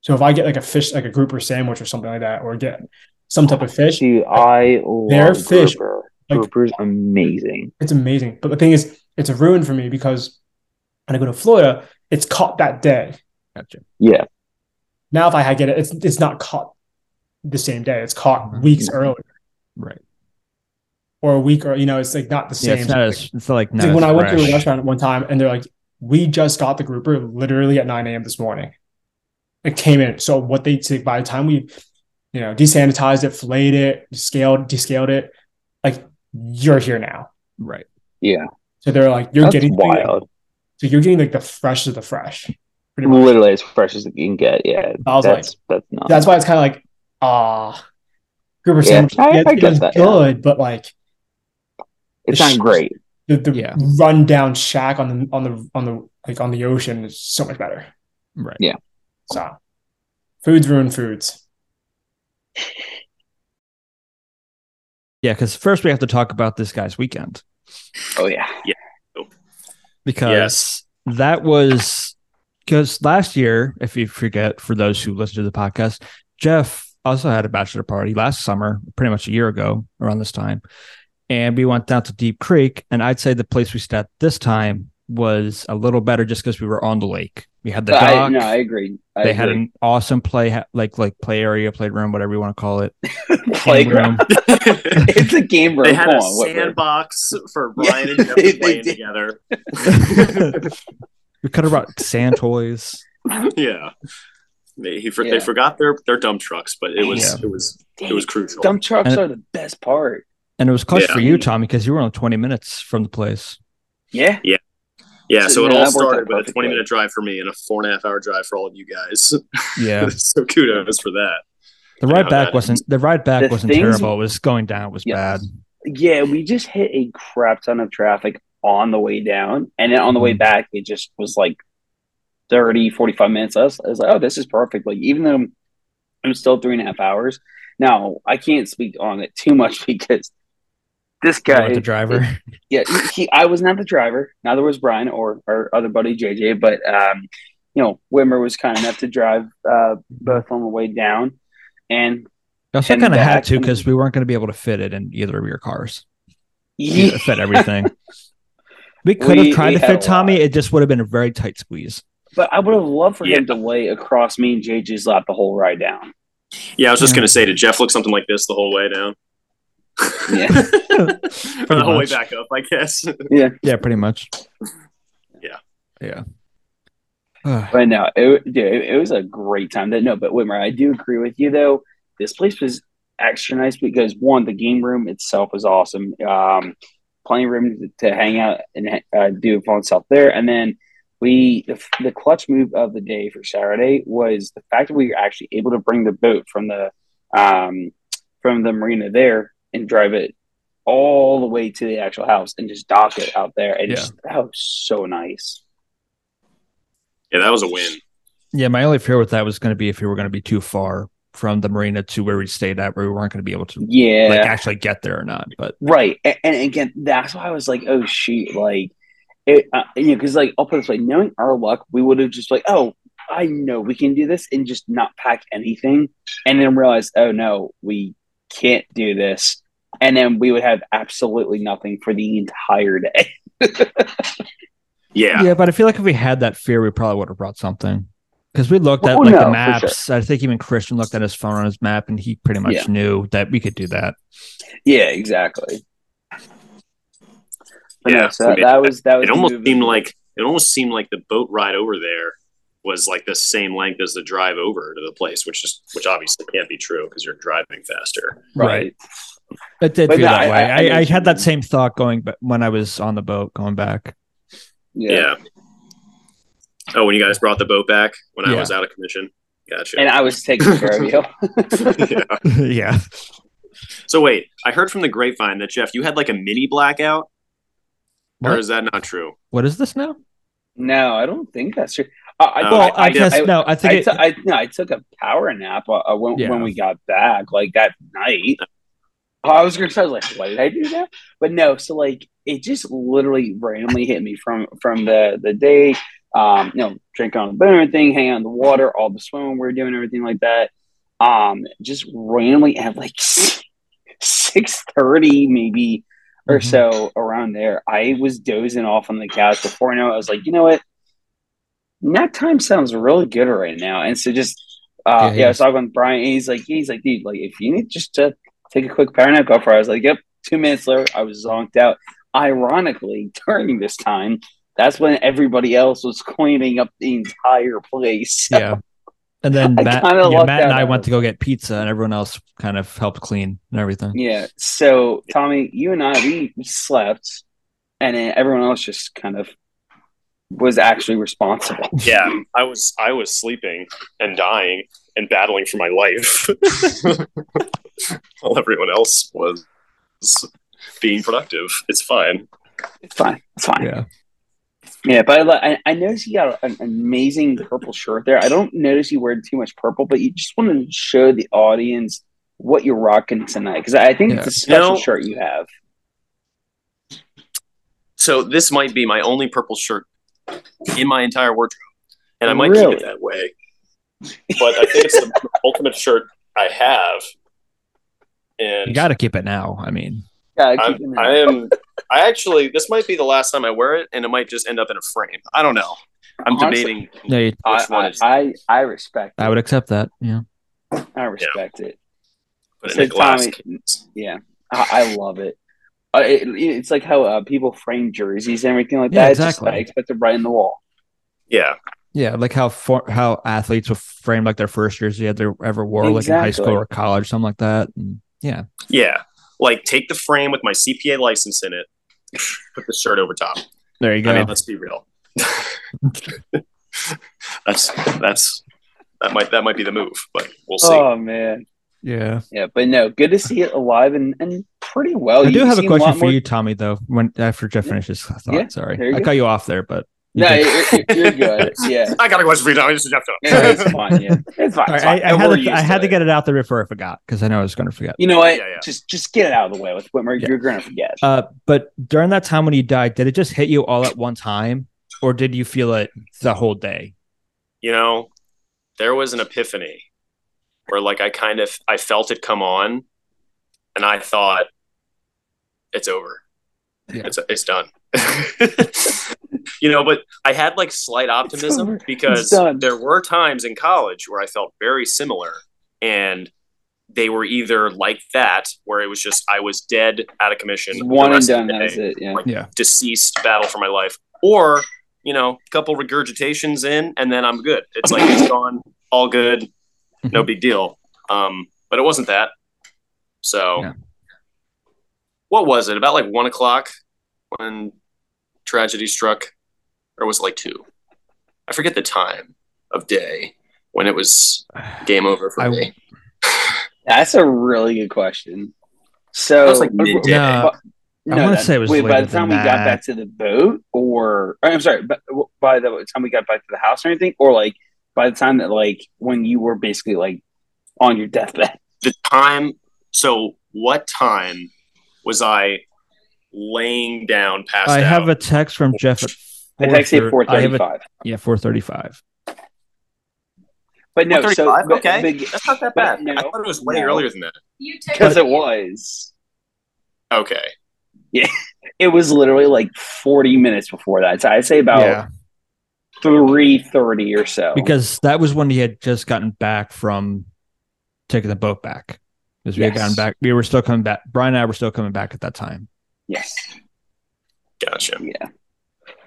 [SPEAKER 1] So if I get like a fish, like a grouper sandwich or something like that, or get some type of fish,
[SPEAKER 3] dude, I love
[SPEAKER 1] Their fish-
[SPEAKER 3] grouper.
[SPEAKER 1] like-
[SPEAKER 3] Grouper's amazing.
[SPEAKER 1] It's amazing. But the thing is, it's a ruin for me because when I go to Florida, it's caught that day.
[SPEAKER 2] Gotcha.
[SPEAKER 3] Yeah,
[SPEAKER 1] Now, if I had get it, it's it's not caught the same day. It's
[SPEAKER 3] Mm-hmm.
[SPEAKER 1] caught weeks earlier
[SPEAKER 2] Right.
[SPEAKER 1] or a week or you know, it's like not the
[SPEAKER 2] Yeah,
[SPEAKER 1] same.
[SPEAKER 2] it's not as it's like
[SPEAKER 1] It's like
[SPEAKER 2] not
[SPEAKER 1] when
[SPEAKER 2] as
[SPEAKER 1] I went to
[SPEAKER 2] fresh.
[SPEAKER 1] a restaurant one time and they're like, "We just got the grouper literally at 9 a.m. this morning. It came in. So what they take by the time we, you know, desanitized it, filleted it, scaled, descaled it, like you're here now.
[SPEAKER 2] Right.
[SPEAKER 3] yeah,
[SPEAKER 1] So they're like, you're
[SPEAKER 3] that's
[SPEAKER 1] getting
[SPEAKER 3] wild.
[SPEAKER 1] So you're getting like the fresh of the fresh. Pretty much.
[SPEAKER 3] Literally as fresh as you can get. Yeah,
[SPEAKER 1] I was
[SPEAKER 3] that's that's not.
[SPEAKER 1] That's why it's kind of like, ah, grouper
[SPEAKER 3] Yeah,
[SPEAKER 1] sandwich.
[SPEAKER 3] I-
[SPEAKER 1] yeah,
[SPEAKER 3] I
[SPEAKER 1] it
[SPEAKER 3] get
[SPEAKER 1] is
[SPEAKER 3] that, yeah.
[SPEAKER 1] good, but like
[SPEAKER 3] it's
[SPEAKER 1] the
[SPEAKER 3] not
[SPEAKER 1] sh-
[SPEAKER 3] great.
[SPEAKER 1] the, the
[SPEAKER 2] Yeah.
[SPEAKER 1] rundown shack on the on the on the like on the ocean is so much better.
[SPEAKER 2] Right.
[SPEAKER 1] So, foods ruin foods.
[SPEAKER 2] Yeah, because first we have to talk about this guy's weekend
[SPEAKER 3] Oh yeah,
[SPEAKER 2] because that was because last year, if you forget, for those who listen to the podcast, Jeff also had a bachelor party last summer, pretty much a year ago around this time, and we went down to Deep Creek, and I'd say the place we stayed at this time was a little better just because we were on the lake. We had the dock.
[SPEAKER 3] I, no, I agree. I
[SPEAKER 2] they
[SPEAKER 3] agree.
[SPEAKER 2] had an awesome play ha- like like play area, playroom, whatever you want to
[SPEAKER 3] (laughs)
[SPEAKER 2] call it.
[SPEAKER 3] playground. (laughs) it's a game room.
[SPEAKER 4] They had
[SPEAKER 3] Come
[SPEAKER 4] a
[SPEAKER 3] on, what-
[SPEAKER 4] sandbox for
[SPEAKER 3] Yeah,
[SPEAKER 4] Brian and Jeff
[SPEAKER 3] they- they
[SPEAKER 4] playing
[SPEAKER 3] did.
[SPEAKER 4] together.
[SPEAKER 2] we could have
[SPEAKER 3] (laughs)
[SPEAKER 2] brought sand toys.
[SPEAKER 4] Yeah. They, he for,
[SPEAKER 3] Yeah.
[SPEAKER 4] they forgot their, their dump trucks, but it was
[SPEAKER 2] Yeah.
[SPEAKER 4] it was
[SPEAKER 3] Dang
[SPEAKER 4] it was crucial.
[SPEAKER 3] Dump trucks
[SPEAKER 2] And-
[SPEAKER 3] are the best part.
[SPEAKER 2] And it was clutch
[SPEAKER 4] Yeah.
[SPEAKER 2] for you, Tommy, because you were only 20 minutes from the place.
[SPEAKER 3] Yeah.
[SPEAKER 4] yeah, so
[SPEAKER 3] Yeah,
[SPEAKER 4] it
[SPEAKER 3] that
[SPEAKER 4] all
[SPEAKER 3] worked out
[SPEAKER 4] started with a
[SPEAKER 3] perfectly.
[SPEAKER 4] twenty minute drive for me and a four and a half hour drive for all of you guys.
[SPEAKER 3] (laughs)
[SPEAKER 2] Yeah.
[SPEAKER 4] (laughs) so kudos for that.
[SPEAKER 2] The ride
[SPEAKER 4] Yeah,
[SPEAKER 2] back
[SPEAKER 4] that-
[SPEAKER 2] wasn't the ride
[SPEAKER 3] The
[SPEAKER 2] back wasn't
[SPEAKER 3] things-
[SPEAKER 2] terrible. It was going down was
[SPEAKER 3] Yes.
[SPEAKER 2] bad.
[SPEAKER 3] Yeah, we just hit a crap ton of traffic on the way down. And then on the way back, it just was like 30, 45 minutes. I was, I was like, oh, this is perfect. Like, even though I'm, I'm still three and a half hours. Now, I can't speak on it too much (laughs) because this
[SPEAKER 2] Yeah,
[SPEAKER 3] guy,
[SPEAKER 2] the driver. (laughs)
[SPEAKER 3] yeah, he, I was not the driver. Neither was Brian or our other buddy JJ. But um, you know, Wimmer was kind enough to drive uh, both on the way down, and
[SPEAKER 2] We also
[SPEAKER 3] And
[SPEAKER 2] kind of had
[SPEAKER 3] back
[SPEAKER 2] to
[SPEAKER 3] and-
[SPEAKER 2] because we weren't going to be able to fit it in either of your
[SPEAKER 3] (laughs)
[SPEAKER 2] cars.
[SPEAKER 3] yeah,
[SPEAKER 2] You fit everything. We could
[SPEAKER 3] We-
[SPEAKER 2] have tried
[SPEAKER 3] we
[SPEAKER 2] to
[SPEAKER 3] had
[SPEAKER 2] fit
[SPEAKER 3] a
[SPEAKER 2] Tommy.
[SPEAKER 3] lot.
[SPEAKER 2] It just would have been a very tight squeeze.
[SPEAKER 3] But I would have loved for him
[SPEAKER 4] Yeah.
[SPEAKER 3] to lay across me and JJ's lap the whole ride down.
[SPEAKER 4] Yeah, I was just
[SPEAKER 2] Yeah.
[SPEAKER 4] gonna say, did Jeff look something like this the whole way down? (laughs)
[SPEAKER 3] Yeah.
[SPEAKER 4] or the whole
[SPEAKER 2] much.
[SPEAKER 4] way back up, I guess. (laughs)
[SPEAKER 2] Yeah, pretty much.
[SPEAKER 4] Yeah.
[SPEAKER 2] Yeah. Ugh,
[SPEAKER 3] But no, it, dude, it, it was a great time. That no, but Whitmer, I do agree with you though. This place was extra nice because one, the game room itself was awesome. Um, playing room to, to hang out and uh, do fun stuff there, and then we the, the clutch move of the day for Saturday was the fact that we were actually able to bring the boat from the um, from the marina there and drive it all the way to the actual house and just dock it out there. And
[SPEAKER 2] Yeah.
[SPEAKER 3] just, that was so nice.
[SPEAKER 4] Yeah, that was a win.
[SPEAKER 2] yeah, my only fear with that was going to be if we were going to be too far from the marina to where we stayed at, where we weren't going to be able to
[SPEAKER 3] Yeah.
[SPEAKER 2] like actually get there or not. But
[SPEAKER 3] Right. And, and again, that's why I was like, oh, shoot. Like, it, uh, you know, because, like, I'll put it this way knowing our luck, we would have just, like, oh, I know we can do this and just not pack anything. And then realize, oh, no, we can't do this. And then we would have absolutely nothing for the entire day. (laughs)
[SPEAKER 4] Yeah.
[SPEAKER 2] yeah. but I feel like if we had that fear, we probably would have brought something. Because we looked at
[SPEAKER 3] Oh,
[SPEAKER 2] like
[SPEAKER 3] no,
[SPEAKER 2] the
[SPEAKER 3] for
[SPEAKER 2] maps. I think even Christian looked at his phone on his map and he pretty much
[SPEAKER 3] Yeah.
[SPEAKER 2] knew that we could do that.
[SPEAKER 3] yeah, exactly. But
[SPEAKER 4] Yeah,
[SPEAKER 3] no, so that,
[SPEAKER 4] it-
[SPEAKER 3] that was that was
[SPEAKER 4] It
[SPEAKER 3] the
[SPEAKER 4] almost
[SPEAKER 3] movie.
[SPEAKER 4] seemed like it almost seemed like the boat ride over there was like the same length as the drive over to the place, which is which obviously can't be true because you're driving faster.
[SPEAKER 3] right.
[SPEAKER 2] It did
[SPEAKER 3] But
[SPEAKER 2] feel
[SPEAKER 3] no,
[SPEAKER 2] that
[SPEAKER 3] I-
[SPEAKER 2] way.
[SPEAKER 3] I- I
[SPEAKER 2] I,
[SPEAKER 3] know
[SPEAKER 2] I,
[SPEAKER 3] what you
[SPEAKER 2] had that
[SPEAKER 3] mean.
[SPEAKER 2] same thought going, but when I was on the boat going back, (laughs)
[SPEAKER 4] Yeah.
[SPEAKER 3] Yeah.
[SPEAKER 4] Oh, when you guys brought the boat back when I
[SPEAKER 2] Yeah.
[SPEAKER 4] was out of commission. Gotcha.
[SPEAKER 3] And I was taking care
[SPEAKER 4] (laughs)
[SPEAKER 3] of you.
[SPEAKER 4] yeah.
[SPEAKER 2] yeah,
[SPEAKER 4] So wait, I heard from the grapevine that Jeff, you had like a mini blackout. Or
[SPEAKER 2] What?
[SPEAKER 4] is that not true?
[SPEAKER 2] what is this now?
[SPEAKER 3] No, I don't think that's true. I, I,
[SPEAKER 4] Uh,
[SPEAKER 2] Well,
[SPEAKER 4] I-
[SPEAKER 2] I,
[SPEAKER 4] I
[SPEAKER 2] guess
[SPEAKER 3] did-
[SPEAKER 2] no. I think
[SPEAKER 3] I
[SPEAKER 2] it,
[SPEAKER 3] took- I no, I took a power nap uh, when,
[SPEAKER 2] Yeah.
[SPEAKER 3] when we got back, like that night. I was gonna say, I was like, why did I do that? But no, so like it just literally randomly hit me from from the the day, um, you know, drink on the boat thing, hang out in the water, all the swimming we are doing, everything like that. Um, just randomly at like six thirty maybe or
[SPEAKER 2] Mhm.
[SPEAKER 3] so around there, I was dozing off on the couch. Before I know, it, I was like, you know what? nap time sounds really good right now. And so just uh
[SPEAKER 2] Yeah,
[SPEAKER 3] yeah,
[SPEAKER 2] he
[SPEAKER 3] I was talking with Brian and he's like he's like, dude, like if you need just to take a quick power nap, go for it. I was like, Yep, two minutes later, I was zonked out. Ironically, (laughs) during this time, that's when everybody else was cleaning up the entire place. (laughs)
[SPEAKER 2] yeah. And then
[SPEAKER 3] I
[SPEAKER 2] Matt,
[SPEAKER 3] kinda
[SPEAKER 2] yeah,
[SPEAKER 3] lucked
[SPEAKER 2] Matt and
[SPEAKER 3] out.
[SPEAKER 2] I went to go get pizza, and everyone else kind of helped clean and everything.
[SPEAKER 3] Yeah. So Tommy, you and I we slept and then everyone else just kind of was actually responsible.
[SPEAKER 4] Yeah, I was I was sleeping and dying and battling for my life (laughs) while everyone else was being productive. It's fine.
[SPEAKER 3] It's fine. It's fine.
[SPEAKER 2] Yeah,
[SPEAKER 3] Yeah, but I, li- I, I noticed you got an amazing purple shirt there. I don't notice you wearing too much purple, but you just want to show the audience what you're rocking tonight because I think it's a special
[SPEAKER 4] No.
[SPEAKER 3] shirt you have.
[SPEAKER 4] So this might be my only purple shirt in my entire wardrobe, and I might keep
[SPEAKER 3] Really?
[SPEAKER 4] it that way. But I think it's the ultimate shirt I have, and
[SPEAKER 2] you got to keep it now. I mean,
[SPEAKER 3] Yeah, I
[SPEAKER 4] I'm,
[SPEAKER 3] keep it in
[SPEAKER 4] I
[SPEAKER 3] there.
[SPEAKER 4] am I actually, this might be the last time I wear it, and it might just end up in a frame. I don't know. I'm
[SPEAKER 3] Honestly,
[SPEAKER 4] debating.
[SPEAKER 2] Yeah, you-
[SPEAKER 4] Which one
[SPEAKER 3] I,
[SPEAKER 4] is-
[SPEAKER 3] I, I respect
[SPEAKER 2] I would accept that. Yeah.
[SPEAKER 3] it. I respect it.
[SPEAKER 4] Put it
[SPEAKER 3] So
[SPEAKER 4] in a glass
[SPEAKER 3] Tommy-
[SPEAKER 4] case.
[SPEAKER 3] Yeah, I, I love it. Uh, it. It's like how uh, people frame jerseys and everything like
[SPEAKER 2] Yeah,
[SPEAKER 3] that. It's just,
[SPEAKER 2] exactly.
[SPEAKER 3] I expect it right in the wall.
[SPEAKER 4] Yeah,
[SPEAKER 2] Yeah. Like how for, how athletes will frame like their first jersey that they ever wore, like in high
[SPEAKER 3] Exactly.
[SPEAKER 2] school or college, something like that. And yeah.
[SPEAKER 4] yeah. Like take the frame with my CPA license in it. Put the shirt over top.
[SPEAKER 2] There you go.
[SPEAKER 4] I mean, let's be real. (laughs) that's that's that might that might be the move, but we'll see.
[SPEAKER 3] Oh man,
[SPEAKER 2] yeah.
[SPEAKER 3] yeah, but no, good to see it alive and, and pretty well.
[SPEAKER 2] I do
[SPEAKER 3] You've
[SPEAKER 2] have a
[SPEAKER 3] oh, seen lot
[SPEAKER 2] question for
[SPEAKER 3] more-
[SPEAKER 2] you, Tommy, though, when after Jeff finishes. I thought,
[SPEAKER 3] Yeah, there
[SPEAKER 2] sorry.
[SPEAKER 3] you
[SPEAKER 2] I
[SPEAKER 3] go.
[SPEAKER 2] cut you off there, but you
[SPEAKER 3] No,
[SPEAKER 2] did-
[SPEAKER 3] you're, you're- you're
[SPEAKER 2] (laughs)
[SPEAKER 3] good. Yeah,
[SPEAKER 4] I got a question for you. Tommy. This is Jeff. Jones.
[SPEAKER 3] Yeah, it's fine. Yeah, it's fine.
[SPEAKER 2] All
[SPEAKER 3] It's
[SPEAKER 2] right, I,
[SPEAKER 3] fine.
[SPEAKER 2] I had
[SPEAKER 3] We're
[SPEAKER 2] to,
[SPEAKER 3] used
[SPEAKER 2] I had to
[SPEAKER 3] it.
[SPEAKER 2] get it out there before I forgot because I know I was going to forget.
[SPEAKER 3] You know what?
[SPEAKER 4] Yeah, yeah.
[SPEAKER 3] Just just get it out of the way with Whitmer.
[SPEAKER 2] Yeah.
[SPEAKER 3] You're gonna forget.
[SPEAKER 2] Uh, but during that time when you died, did it just hit you all at one time, or did you feel it the whole day?
[SPEAKER 4] you know, there was an epiphany where like I kind of I felt it come on and I thought it's over.
[SPEAKER 2] Yeah.
[SPEAKER 4] It's it's done. (laughs) you know, but I had like slight optimism
[SPEAKER 3] over. It's
[SPEAKER 4] because
[SPEAKER 3] done.
[SPEAKER 4] there were times in college where I felt very similar and they were either like that where it was just I was dead out of commission.
[SPEAKER 3] Just
[SPEAKER 4] the
[SPEAKER 3] one and
[SPEAKER 4] rest of
[SPEAKER 3] done.
[SPEAKER 4] the
[SPEAKER 3] That's
[SPEAKER 4] day
[SPEAKER 3] it. Yeah.
[SPEAKER 4] deceased battle for my life or you know a couple regurgitations in and then i'm good it's like it's gone all good
[SPEAKER 2] Mm-hmm.
[SPEAKER 4] no big deal um but it wasn't that so
[SPEAKER 2] Yeah.
[SPEAKER 4] what was it about like one o'clock when tragedy struck or was it like two i forget the time of day when
[SPEAKER 2] (sighs)
[SPEAKER 4] it was game over for
[SPEAKER 2] I-
[SPEAKER 4] me
[SPEAKER 3] That's a really good question.
[SPEAKER 4] that
[SPEAKER 3] So
[SPEAKER 4] was like
[SPEAKER 3] but-
[SPEAKER 4] midday
[SPEAKER 2] No,
[SPEAKER 3] no,
[SPEAKER 2] uh, wanna
[SPEAKER 3] that-
[SPEAKER 2] say it was
[SPEAKER 3] wait, by
[SPEAKER 2] later
[SPEAKER 3] the time
[SPEAKER 2] than
[SPEAKER 3] we got
[SPEAKER 2] that.
[SPEAKER 3] back to the boat, or, or I'm sorry, but by the time we got back to the house or anything, or like by the time that like when you were basically like on your
[SPEAKER 2] (laughs)
[SPEAKER 3] deathbed.
[SPEAKER 4] the time so what time was i laying down past
[SPEAKER 2] I have
[SPEAKER 4] out?
[SPEAKER 2] a text from Jeff. At
[SPEAKER 3] It's actually
[SPEAKER 2] 4:30 I have a-
[SPEAKER 3] 4:35.
[SPEAKER 2] Yeah, four thirty-five.
[SPEAKER 3] But no, so
[SPEAKER 4] 4:35?
[SPEAKER 3] but-
[SPEAKER 4] Okay.
[SPEAKER 3] but-
[SPEAKER 4] That's not that
[SPEAKER 3] But
[SPEAKER 4] bad.
[SPEAKER 3] no,
[SPEAKER 4] I thought it was way
[SPEAKER 3] no.
[SPEAKER 4] earlier than that.
[SPEAKER 5] You took
[SPEAKER 3] because it was.
[SPEAKER 4] Okay.
[SPEAKER 3] It was literally like 40 minutes before that. So I'd say about
[SPEAKER 2] yeah,
[SPEAKER 3] 3:30 or so.
[SPEAKER 2] because that was when he had just gotten back from taking the boat back. Because we had
[SPEAKER 3] Yes.
[SPEAKER 2] gotten back, we were still coming back. Brian and I were still coming back at that time.
[SPEAKER 3] yes,
[SPEAKER 4] Gotcha.
[SPEAKER 3] yeah.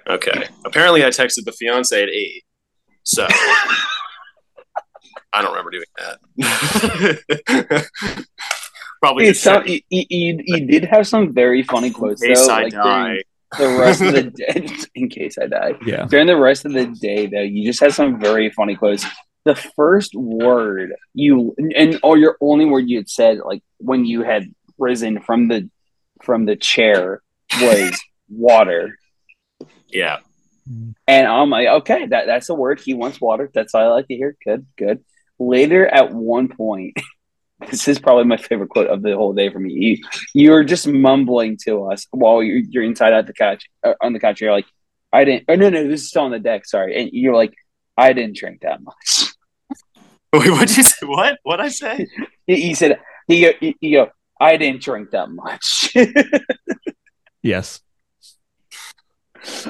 [SPEAKER 4] Okay. Apparently, I texted the fiance at eight.
[SPEAKER 3] (laughs)
[SPEAKER 4] So I don't remember doing that. (laughs) Probably
[SPEAKER 3] It's
[SPEAKER 4] just
[SPEAKER 3] some,
[SPEAKER 4] said,
[SPEAKER 3] you, you, you- you did have some very funny quotes
[SPEAKER 4] in case
[SPEAKER 3] though.
[SPEAKER 4] I
[SPEAKER 3] like,
[SPEAKER 4] die.
[SPEAKER 3] during the rest of the (laughs) day, in case I die.
[SPEAKER 2] Yeah,
[SPEAKER 3] During the rest of the day, though, you just had some very funny quotes. The first word you and or your only word you had said, like when you had risen from the from the chair,
[SPEAKER 4] (laughs)
[SPEAKER 3] was water.
[SPEAKER 4] Yeah. (laughs)
[SPEAKER 3] And I'm like, okay, that, that's a word. He wants water. That's what I like to hear. Good, good. Later, at one point, (laughs) this is probably my favorite quote of the whole day for me. You, you were just mumbling to us while you're, you're inside out the couch uh, on the couch. You're like, I didn't. Oh no, no, this is still on the deck. Sorry, and you're like, I didn't drink that much. (laughs)
[SPEAKER 4] Wait, what'd you say? What? What'd I say?
[SPEAKER 3] He, he said, he go, he- he go, I didn't drink that much. (laughs)
[SPEAKER 2] yes.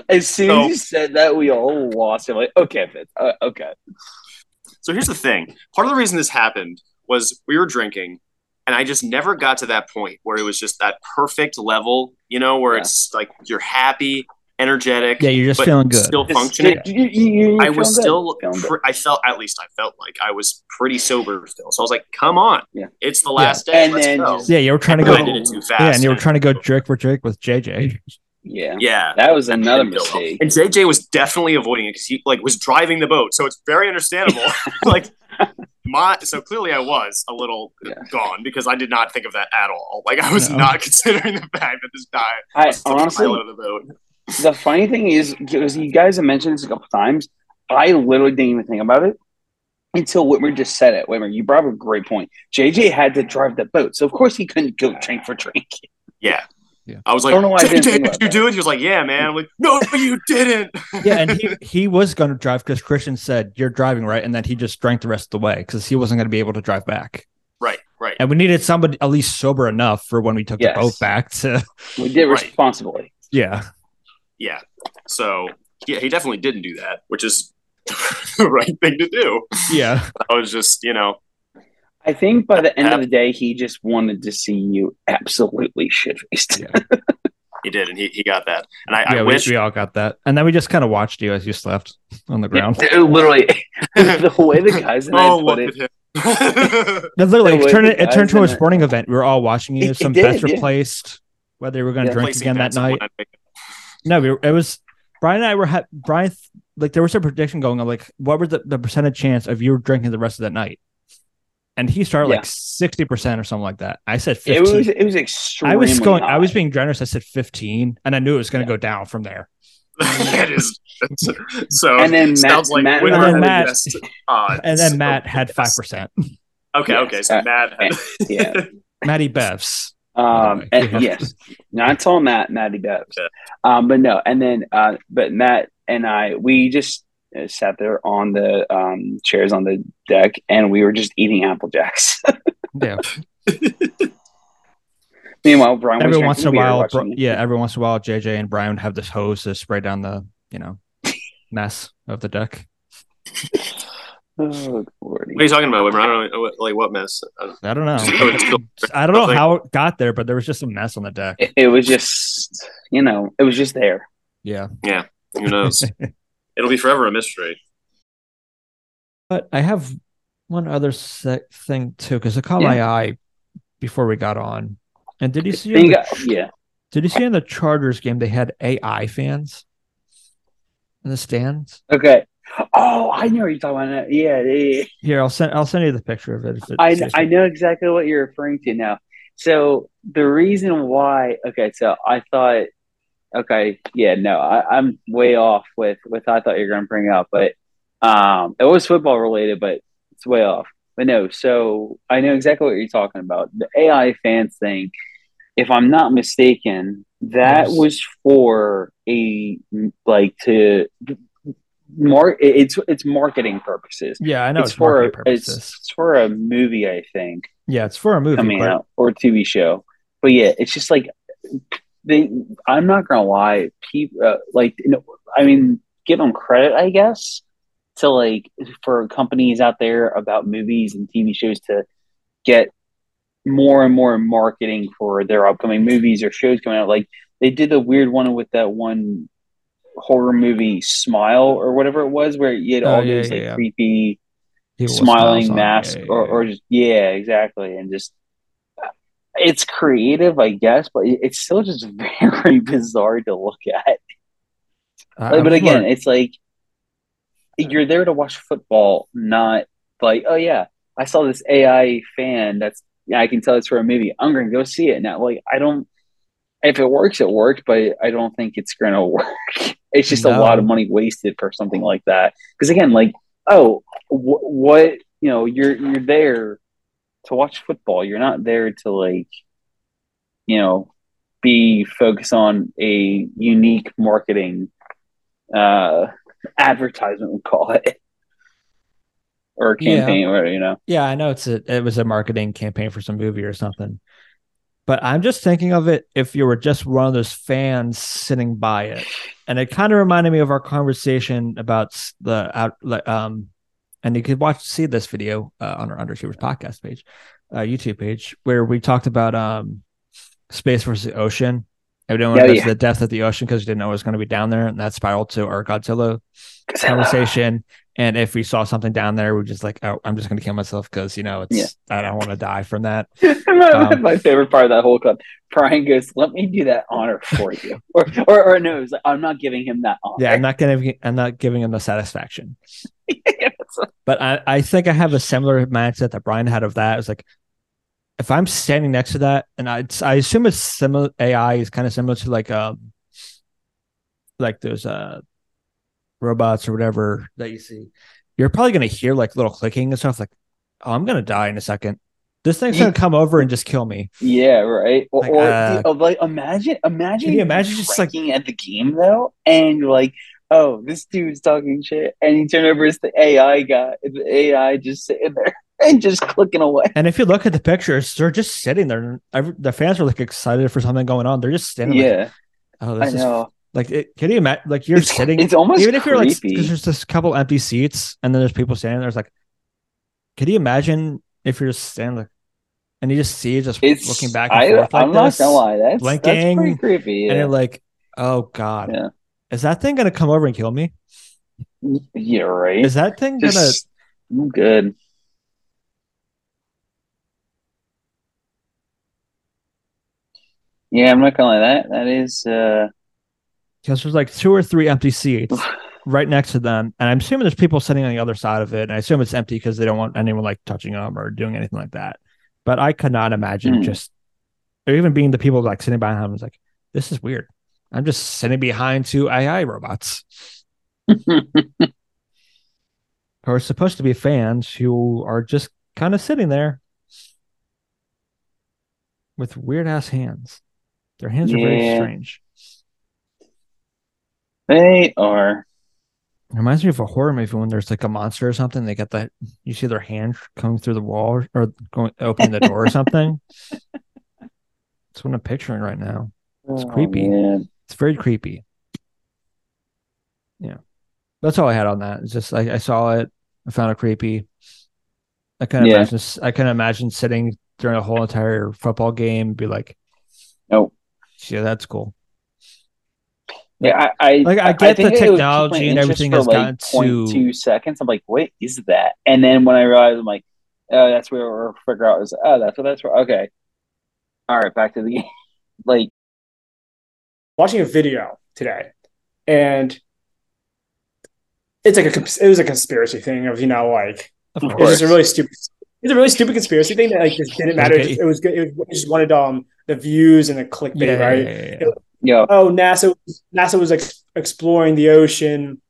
[SPEAKER 3] as soon
[SPEAKER 4] So-
[SPEAKER 3] as you said that, we all lost it. Like, okay, Fitz, uh, okay,
[SPEAKER 4] So here's the thing. Part of the reason this happened was we were drinking, and I just never got to that point where it was just that perfect level, you know, where
[SPEAKER 3] Yeah.
[SPEAKER 4] it's like you're happy, energetic,
[SPEAKER 2] Yeah, you're just
[SPEAKER 4] but
[SPEAKER 2] feeling good.
[SPEAKER 4] still
[SPEAKER 3] Just-
[SPEAKER 4] functioning.
[SPEAKER 3] you- you- you-
[SPEAKER 4] I
[SPEAKER 3] you
[SPEAKER 4] was
[SPEAKER 3] feeling
[SPEAKER 4] still,
[SPEAKER 3] good, feeling good.
[SPEAKER 4] pre- I felt, at least I felt like I was pretty sober still. So I was like, come on.
[SPEAKER 3] Yeah.
[SPEAKER 4] It's the last day.
[SPEAKER 3] And
[SPEAKER 4] let's
[SPEAKER 3] then
[SPEAKER 4] go.
[SPEAKER 3] just-
[SPEAKER 2] yeah, you were trying to
[SPEAKER 4] But
[SPEAKER 2] go.
[SPEAKER 4] I did it too fast.
[SPEAKER 2] Yeah, and you were trying to go jerk for jerk with JJ.
[SPEAKER 3] yeah.
[SPEAKER 4] Yeah.
[SPEAKER 3] That was another
[SPEAKER 4] Didn't go well.
[SPEAKER 3] mistake.
[SPEAKER 4] And JJ was definitely avoiding it because he like was driving the boat. So it's very
[SPEAKER 3] (laughs)
[SPEAKER 4] understandable. (laughs) like, my so clearly I was a little
[SPEAKER 3] Yeah.
[SPEAKER 4] gone because I did not think of that at all. Like I was
[SPEAKER 2] No.
[SPEAKER 4] not (laughs) considering the fact that this guy
[SPEAKER 3] I
[SPEAKER 4] was still
[SPEAKER 3] honestly,
[SPEAKER 4] pilot of the boat.
[SPEAKER 3] the funny thing is, because you guys have mentioned this a couple times, I literally didn't even think about it until Whitmer just said it. Whitmer, you brought up a great point. JJ had to drive the boat, so of course he couldn't go drink for drink.
[SPEAKER 4] Yeah.
[SPEAKER 2] Yeah.
[SPEAKER 4] I was like,
[SPEAKER 3] Don't know why I
[SPEAKER 4] JJ,
[SPEAKER 3] didn't think
[SPEAKER 4] did
[SPEAKER 3] about
[SPEAKER 4] you
[SPEAKER 3] that.
[SPEAKER 4] do it? He was like, yeah, man. I'm like, no, you didn't.
[SPEAKER 2] yeah, and he, he was going to drive because Christian said you're driving right, and then he just drank the rest of the way because he wasn't going to be able to drive back.
[SPEAKER 4] Right, Right.
[SPEAKER 2] And we needed somebody at least sober enough for when we took
[SPEAKER 3] Yes.
[SPEAKER 2] the boat back to (laughs)
[SPEAKER 3] We did
[SPEAKER 4] Right.
[SPEAKER 3] responsibly.
[SPEAKER 2] yeah.
[SPEAKER 4] Yeah. So yeah, he definitely didn't do that, which is (laughs) the right thing to do.
[SPEAKER 2] Yeah.
[SPEAKER 4] I was just, you know,
[SPEAKER 3] I think by the end of the day, he just wanted to see you absolutely shit faced.
[SPEAKER 2] Yeah.
[SPEAKER 4] he did, and he, he got that. And I,
[SPEAKER 2] yeah,
[SPEAKER 4] I
[SPEAKER 2] we,
[SPEAKER 4] wish
[SPEAKER 2] we all got that. And then we just kind of watched you as you slept on the ground.
[SPEAKER 3] (laughs) Literally, the way the guys
[SPEAKER 4] (laughs)
[SPEAKER 3] and I put it, (laughs)
[SPEAKER 4] him.
[SPEAKER 2] It literally
[SPEAKER 3] The
[SPEAKER 2] it
[SPEAKER 3] way
[SPEAKER 2] turned
[SPEAKER 3] the
[SPEAKER 2] it, it
[SPEAKER 3] guys
[SPEAKER 2] turned to a
[SPEAKER 3] in it-
[SPEAKER 2] sporting event. We were all watching you.
[SPEAKER 3] It-
[SPEAKER 2] Some
[SPEAKER 3] it did,
[SPEAKER 2] bets were
[SPEAKER 3] yeah.
[SPEAKER 2] placed whether we were going to
[SPEAKER 3] Yeah.
[SPEAKER 2] drink
[SPEAKER 4] Placing
[SPEAKER 2] again that
[SPEAKER 4] bets on
[SPEAKER 2] night.
[SPEAKER 4] when I-
[SPEAKER 2] No, we were, it was Brian and I were ha- Brian. th- Like there was a prediction going on. Like what was the, the percentage chance of you drinking the rest of that night? And he started
[SPEAKER 3] Yeah.
[SPEAKER 2] like sixty percent or something like that. I said
[SPEAKER 3] it
[SPEAKER 2] fifteen.
[SPEAKER 3] was it was extremely.
[SPEAKER 2] I was going.
[SPEAKER 3] high.
[SPEAKER 2] I was being generous. I said fifteen, and I knew it was going to go down from there.
[SPEAKER 4] (laughs) that is that's- so.
[SPEAKER 3] And then
[SPEAKER 4] sounds
[SPEAKER 3] Matt-
[SPEAKER 4] like
[SPEAKER 3] Matt-
[SPEAKER 4] winner
[SPEAKER 2] and then
[SPEAKER 4] had
[SPEAKER 2] Matt-
[SPEAKER 4] best odds.
[SPEAKER 2] And then Matt had
[SPEAKER 4] Yes.
[SPEAKER 2] five percent.
[SPEAKER 4] Okay,
[SPEAKER 3] Yes.
[SPEAKER 4] okay. So
[SPEAKER 3] Uh,
[SPEAKER 4] Matt had,
[SPEAKER 3] yeah.
[SPEAKER 2] (laughs) Matty Bevs.
[SPEAKER 3] Um,
[SPEAKER 2] By the way.
[SPEAKER 3] and- yes, not until Matt, Matty Bevs.
[SPEAKER 4] Yeah.
[SPEAKER 3] Um, but no, and then, uh, but Matt and I, we just uh, sat there on the um, chairs on the deck, and we were just eating apple jacks.
[SPEAKER 2] (laughs)
[SPEAKER 3] (laughs)
[SPEAKER 2] Yeah.
[SPEAKER 3] Meanwhile, Brian was
[SPEAKER 2] every
[SPEAKER 3] drinking
[SPEAKER 2] once in a
[SPEAKER 3] beer
[SPEAKER 2] while,
[SPEAKER 3] watching
[SPEAKER 2] Bri-
[SPEAKER 3] it.
[SPEAKER 2] yeah, every once in a while, JJ and Brian would have this hose to spray down the, you know, mess of the deck.
[SPEAKER 3] Oh, lordy.
[SPEAKER 4] what are you talking about? Whitmer? I don't know, what- like what mess? Uh,
[SPEAKER 2] I
[SPEAKER 3] (laughs)
[SPEAKER 2] don't know.
[SPEAKER 4] I would still-
[SPEAKER 2] (laughs) I don't know how it got there, but there was just a mess on the deck.
[SPEAKER 3] It, it was just, you know, it was just there.
[SPEAKER 2] Yeah. (laughs)
[SPEAKER 4] Who knows? It'll be forever a mystery.
[SPEAKER 2] But I have one other sec- thing too, because it caught my eye before we got on. And did you see? on
[SPEAKER 3] Thing-
[SPEAKER 2] the-
[SPEAKER 3] yeah,
[SPEAKER 2] did you see in the Chargers game they had AI fans in the stands?
[SPEAKER 3] okay. Oh, I know what you're talking about. Yeah, yeah, yeah.
[SPEAKER 2] Here, I'll send. I'll send you the picture of it. If it
[SPEAKER 3] I,
[SPEAKER 2] see if
[SPEAKER 3] I
[SPEAKER 2] it-
[SPEAKER 3] know exactly what you're referring to now. So the reason why, okay, so I thought, okay, yeah, no, I, I'm way off with with I thought you were going to bring up, but um, it was football related, but it's way off. But no, so I know exactly what you're talking about. The AI fans thing, if I'm not mistaken, that
[SPEAKER 2] Yes.
[SPEAKER 3] was for a like to mark. It's it's marketing purposes.
[SPEAKER 2] Yeah, I know.
[SPEAKER 3] it's,
[SPEAKER 2] It's,
[SPEAKER 3] for a,
[SPEAKER 2] marketing
[SPEAKER 3] it's,
[SPEAKER 2] purposes.
[SPEAKER 3] it's for a movie, I think,
[SPEAKER 2] Yeah, it's for a movie.
[SPEAKER 3] coming
[SPEAKER 2] but
[SPEAKER 3] out or TV show. But yeah, it's just like they. I'm not gonna lie, people uh, like you know, I mean, give them credit, I guess, to like for companies out there about movies and TV shows to get more and more marketing for their upcoming movies or shows coming out. Like they did the weird one with that one horror movie, Smile or whatever it was, where you had
[SPEAKER 2] Oh,
[SPEAKER 3] all
[SPEAKER 2] yeah,
[SPEAKER 3] those
[SPEAKER 2] yeah,
[SPEAKER 3] like
[SPEAKER 2] yeah.
[SPEAKER 3] creepy
[SPEAKER 2] People with smiles
[SPEAKER 3] smiling
[SPEAKER 2] on,
[SPEAKER 3] mask
[SPEAKER 2] yeah, yeah,
[SPEAKER 3] or,
[SPEAKER 2] yeah.
[SPEAKER 3] or just yeah exactly and just it's creative i guess but it- it's still just (laughs) very bizarre to look at
[SPEAKER 2] I-
[SPEAKER 3] Like,
[SPEAKER 2] I'm
[SPEAKER 3] but again
[SPEAKER 2] sure-
[SPEAKER 3] it's like you're there to watch football not like oh yeah i saw this ai fan that's yeah i can tell it's for a movie i'm gonna go see it now like i don't if it works it works but i don't think it's gonna (laughs) work it's just a
[SPEAKER 2] No.
[SPEAKER 3] lot of money wasted for something like that because again like oh wh- what you know you're you're there to watch football you're not there to like you know be focused on a unique marketing uh advertisement we call it or
[SPEAKER 2] Yeah.
[SPEAKER 3] campaign or you know
[SPEAKER 2] yeah, I know it's a it was a marketing campaign for some movie or something. But I'm just thinking of it if you were just one of those fans sitting by it, and it kind of reminded me of our conversation about s- the out like, um, and you could watch see this video uh, on our Underachievers podcast page, uh, YouTube page, where we talked about um, space versus the ocean. And we didn't want
[SPEAKER 3] Yeah,
[SPEAKER 2] to go
[SPEAKER 3] yeah.
[SPEAKER 2] to the depth of the ocean because we didn't know it was going to be down there, and that spiraled to our Godzilla (laughs) conversation. And if we saw something down there, we're just like, oh, I'm just going to kill myself because, you know, it's, I don't want to die from that.
[SPEAKER 3] (laughs) my,
[SPEAKER 2] Um,
[SPEAKER 3] my favorite part of that whole clip brian goes let me do that honor for you (laughs) or, or or no it was like i'm not giving him that honor
[SPEAKER 2] Yeah. I'm not going to, I'm not giving him the satisfaction.
[SPEAKER 3] (laughs) It's like,
[SPEAKER 2] But I, I think I have a similar mindset that Brian had of that. It's like, if I'm standing next to that, and I, I assume it's similar, AI is kind of similar to like, um, like those, uh, robots or whatever that you see, you're probably going to hear like little clicking and stuff like, oh, I'm going to die in a second. This thing's
[SPEAKER 3] Ye-
[SPEAKER 2] going to come over and just kill me.
[SPEAKER 3] yeah right or,
[SPEAKER 2] Like,
[SPEAKER 3] or
[SPEAKER 2] uh,
[SPEAKER 3] the- of, like imagine imagine
[SPEAKER 2] Can you imagine just, like-
[SPEAKER 3] looking at the game though and you're like oh this dude's talking shit and you turn over it's the ai guy the ai just sitting there (laughs) and just clicking away.
[SPEAKER 2] And if you look at the pictures, they're just sitting there. Every, the fans are like excited for something going on. They're just standing. like,
[SPEAKER 3] Yeah,
[SPEAKER 2] oh,
[SPEAKER 3] I
[SPEAKER 2] this is
[SPEAKER 3] know.
[SPEAKER 2] like. It, can you imagine? Like you're
[SPEAKER 3] it's,
[SPEAKER 2] sitting.
[SPEAKER 3] It's almost
[SPEAKER 2] even if you're like,
[SPEAKER 3] creepy.
[SPEAKER 2] because there's this couple empty seats, and then there's people standing there. It's like, could you imagine if you're just standing like, and you just see it just
[SPEAKER 3] it's
[SPEAKER 2] looking back
[SPEAKER 3] I,
[SPEAKER 2] and forth like
[SPEAKER 3] I'm not
[SPEAKER 2] this,
[SPEAKER 3] gonna lie. That's that's pretty
[SPEAKER 2] blinking,
[SPEAKER 3] creepy.
[SPEAKER 2] and
[SPEAKER 3] yeah.
[SPEAKER 2] you're like, oh god,
[SPEAKER 3] Yeah.
[SPEAKER 2] is that thing gonna come over and kill me?
[SPEAKER 3] Yeah, right.
[SPEAKER 2] Is that thing gonna?
[SPEAKER 3] Just, I'm good. Yeah, I'm not gonna lie. That that is uh
[SPEAKER 2] Because there's like two or three empty
[SPEAKER 3] (sighs)
[SPEAKER 2] seats right next to them, and I'm assuming there's people sitting on the other side of it, and I assume it's empty because they don't want anyone like touching them or doing anything like that. But I could not imagine
[SPEAKER 3] Hmm.
[SPEAKER 2] just or even being the people like sitting behind him. It's like this is weird. I'm just sitting behind two AI
[SPEAKER 3] (laughs)
[SPEAKER 2] robots who are supposed to be fans who are just kind of sitting there with weird ass hands. Their hands are very
[SPEAKER 3] Yeah.
[SPEAKER 2] strange.
[SPEAKER 3] they are
[SPEAKER 2] It reminds me of a horror movie when there's like a monster or something. They got that you see their hand coming through the wall or going opening the door or
[SPEAKER 3] (laughs)
[SPEAKER 2] something. That's what I'm picturing right now. It's
[SPEAKER 3] Oh,
[SPEAKER 2] creepy.
[SPEAKER 3] man.
[SPEAKER 2] It's very creepy. Yeah, that's all I had on that. It's just like I saw it, I found it creepy. I couldn't
[SPEAKER 3] Yeah.
[SPEAKER 2] imagine. I couldn't imagine sitting during a whole entire football game and be like,
[SPEAKER 3] Nope.
[SPEAKER 2] yeah, that's cool."
[SPEAKER 3] Yeah, I, I
[SPEAKER 2] Like, I get the
[SPEAKER 3] think it was piqued my
[SPEAKER 2] technology and
[SPEAKER 3] interest
[SPEAKER 2] everything
[SPEAKER 3] for,
[SPEAKER 2] has
[SPEAKER 3] like
[SPEAKER 2] gotten to-
[SPEAKER 3] 0.2 seconds. I'm like, what is that? And then when I realized, I'm like, oh, that's where we're figure out is. Oh, that's what that's for. Okay, all right, back to the (laughs) game. like,
[SPEAKER 1] watching a video today, and it's like a cons- it was a conspiracy thing of you know like
[SPEAKER 2] Of
[SPEAKER 3] Of
[SPEAKER 1] it's
[SPEAKER 2] course,
[SPEAKER 1] just a really stupid it's a really stupid conspiracy thing that like just didn't
[SPEAKER 2] (laughs)
[SPEAKER 1] matter.
[SPEAKER 2] Okay.
[SPEAKER 1] It was good. It, was, it just wanted um the views and the clickbait,
[SPEAKER 2] yeah,
[SPEAKER 1] right?
[SPEAKER 2] yeah, yeah, yeah.
[SPEAKER 3] yo,
[SPEAKER 1] oh NASA NASA was ex- exploring the ocean,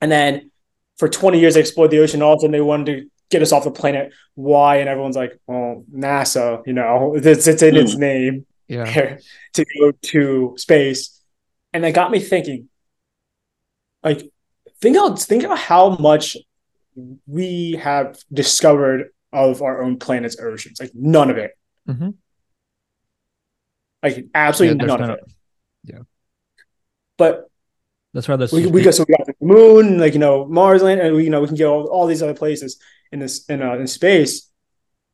[SPEAKER 1] and then for 20 years they explored the ocean. All of a sudden they wanted to get us off the planet. Why? And everyone's like, well, NASA, you know, it's, it's in its name (laughs)
[SPEAKER 2] yeah.
[SPEAKER 1] to go to space, and that got me thinking. Like, think how think about how much we have discovered of our own planet's oceans. Like none of it.
[SPEAKER 2] Mhm.
[SPEAKER 1] Like
[SPEAKER 2] Yeah,
[SPEAKER 1] absolutely
[SPEAKER 2] there's
[SPEAKER 1] none of
[SPEAKER 2] none
[SPEAKER 1] it.
[SPEAKER 2] yeah.
[SPEAKER 1] But
[SPEAKER 2] That's why this
[SPEAKER 1] we,
[SPEAKER 2] is
[SPEAKER 1] we go so we got the moon, like you know Mars land, and we, you know we can go all, all these other places in this in uh, in space.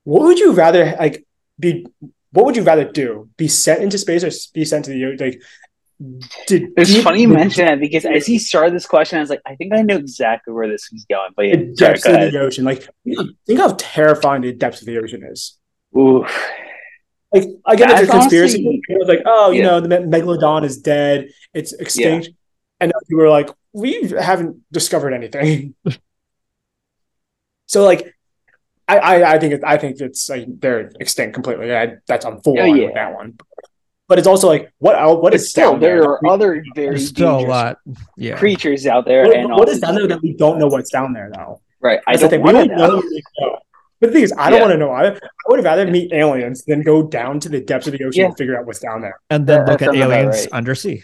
[SPEAKER 1] What would you rather like be? What would you rather do? Be sent into space or be sent to the o- like? Did,
[SPEAKER 3] it's funny you mention that because as he started this question, I was like, I think I know exactly where this is going. But yeah,
[SPEAKER 1] the
[SPEAKER 3] sorry,
[SPEAKER 1] depths
[SPEAKER 3] go
[SPEAKER 1] of
[SPEAKER 3] ahead.
[SPEAKER 1] the ocean. Like think how terrifying the depths of the ocean is.
[SPEAKER 3] Oof.
[SPEAKER 1] Like I get there's a
[SPEAKER 3] That's
[SPEAKER 1] conspiracy.
[SPEAKER 3] honestly-
[SPEAKER 1] people are like oh you
[SPEAKER 3] Yeah.
[SPEAKER 1] know the me- megalodon is dead, it's extinct, and other people are like we haven't discovered anything. (laughs) so like, I, I I think it, I think it's like they're extinct completely. I, that's I'm full
[SPEAKER 3] Oh,
[SPEAKER 1] on
[SPEAKER 3] yeah.
[SPEAKER 1] with that one. But it's also like what el- what
[SPEAKER 3] But
[SPEAKER 1] is
[SPEAKER 3] still,
[SPEAKER 1] down
[SPEAKER 3] there
[SPEAKER 1] there?
[SPEAKER 3] are other very
[SPEAKER 2] there's still a
[SPEAKER 3] dangerous
[SPEAKER 2] lot. Yeah.
[SPEAKER 3] creatures out there,
[SPEAKER 1] What-
[SPEAKER 3] and
[SPEAKER 1] what is
[SPEAKER 3] also-
[SPEAKER 1] down there that we don't know what's down there though?
[SPEAKER 3] Right, I
[SPEAKER 1] That's
[SPEAKER 3] don't
[SPEAKER 1] the thing. We don't
[SPEAKER 3] want to know.
[SPEAKER 1] know. what we know. But the thing is, I don't
[SPEAKER 3] Yeah.
[SPEAKER 1] want to know. I, I would have rather meet aliens than go down to the depths of the ocean
[SPEAKER 3] Yeah.
[SPEAKER 1] and figure out what's down there.
[SPEAKER 2] and then
[SPEAKER 3] That-
[SPEAKER 2] look
[SPEAKER 3] that
[SPEAKER 2] at
[SPEAKER 3] sounds about
[SPEAKER 2] aliens
[SPEAKER 3] right.
[SPEAKER 2] undersea.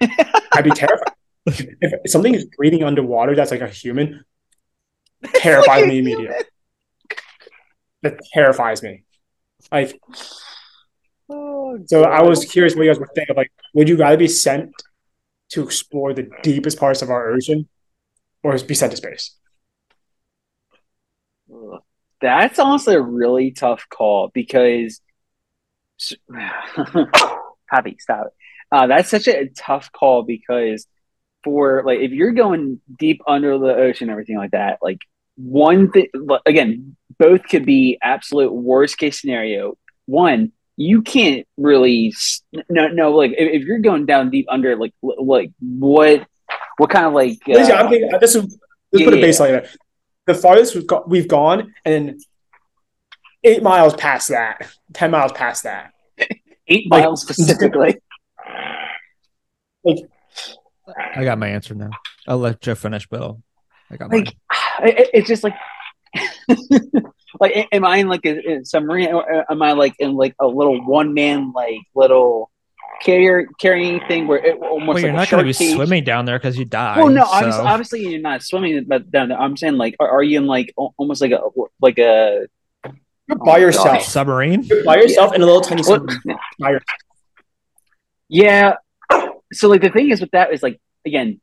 [SPEAKER 1] I'd be terrified. if something is breathing underwater that's like a human, terrifies me immediately. That terrifies me. Like
[SPEAKER 3] Oh,
[SPEAKER 1] So I was curious what you guys would think of like, would you rather be sent to explore the deepest parts of our ocean or be sent to space?
[SPEAKER 3] Ugh. That's honestly a really tough call because (sighs) Happy, stop it. Uh, that's such a tough call because for like if you're going deep under the ocean, and everything like that, like one thing again, both could be absolute worst case scenario. One, you can't really s- no no like if, if you're going down deep under like wh- like what what kind of like
[SPEAKER 1] Let's-
[SPEAKER 3] uh,
[SPEAKER 1] I'm thinking this is let's put a
[SPEAKER 3] Yeah.
[SPEAKER 1] baseline there. The farthest we've got we've gone and eight miles past that, ten miles past that.
[SPEAKER 3] eight
[SPEAKER 1] like-
[SPEAKER 3] miles (laughs) specifically.
[SPEAKER 2] I got my answer now. I'll let Jeff finish, Bill. I got mine.
[SPEAKER 3] like it, it- it's just like (laughs) like a- uh, am i in like a, in some marina or am i like in like a little one man like little carry carrying thing where it almost
[SPEAKER 2] Well,
[SPEAKER 3] like
[SPEAKER 2] you're
[SPEAKER 3] a
[SPEAKER 2] not going to be
[SPEAKER 3] shark cage.
[SPEAKER 2] swimming down there because you die.
[SPEAKER 3] Well, no,
[SPEAKER 2] so-
[SPEAKER 3] obviously, obviously you're not swimming, but then I'm saying like, are, are you in like al- almost like a like a
[SPEAKER 1] You're by
[SPEAKER 3] Oh,
[SPEAKER 1] yourself.
[SPEAKER 2] submarine.
[SPEAKER 5] You're by yourself in a little tiny
[SPEAKER 3] Well,
[SPEAKER 5] submarine.
[SPEAKER 3] yeah? So like the thing is with that is like again,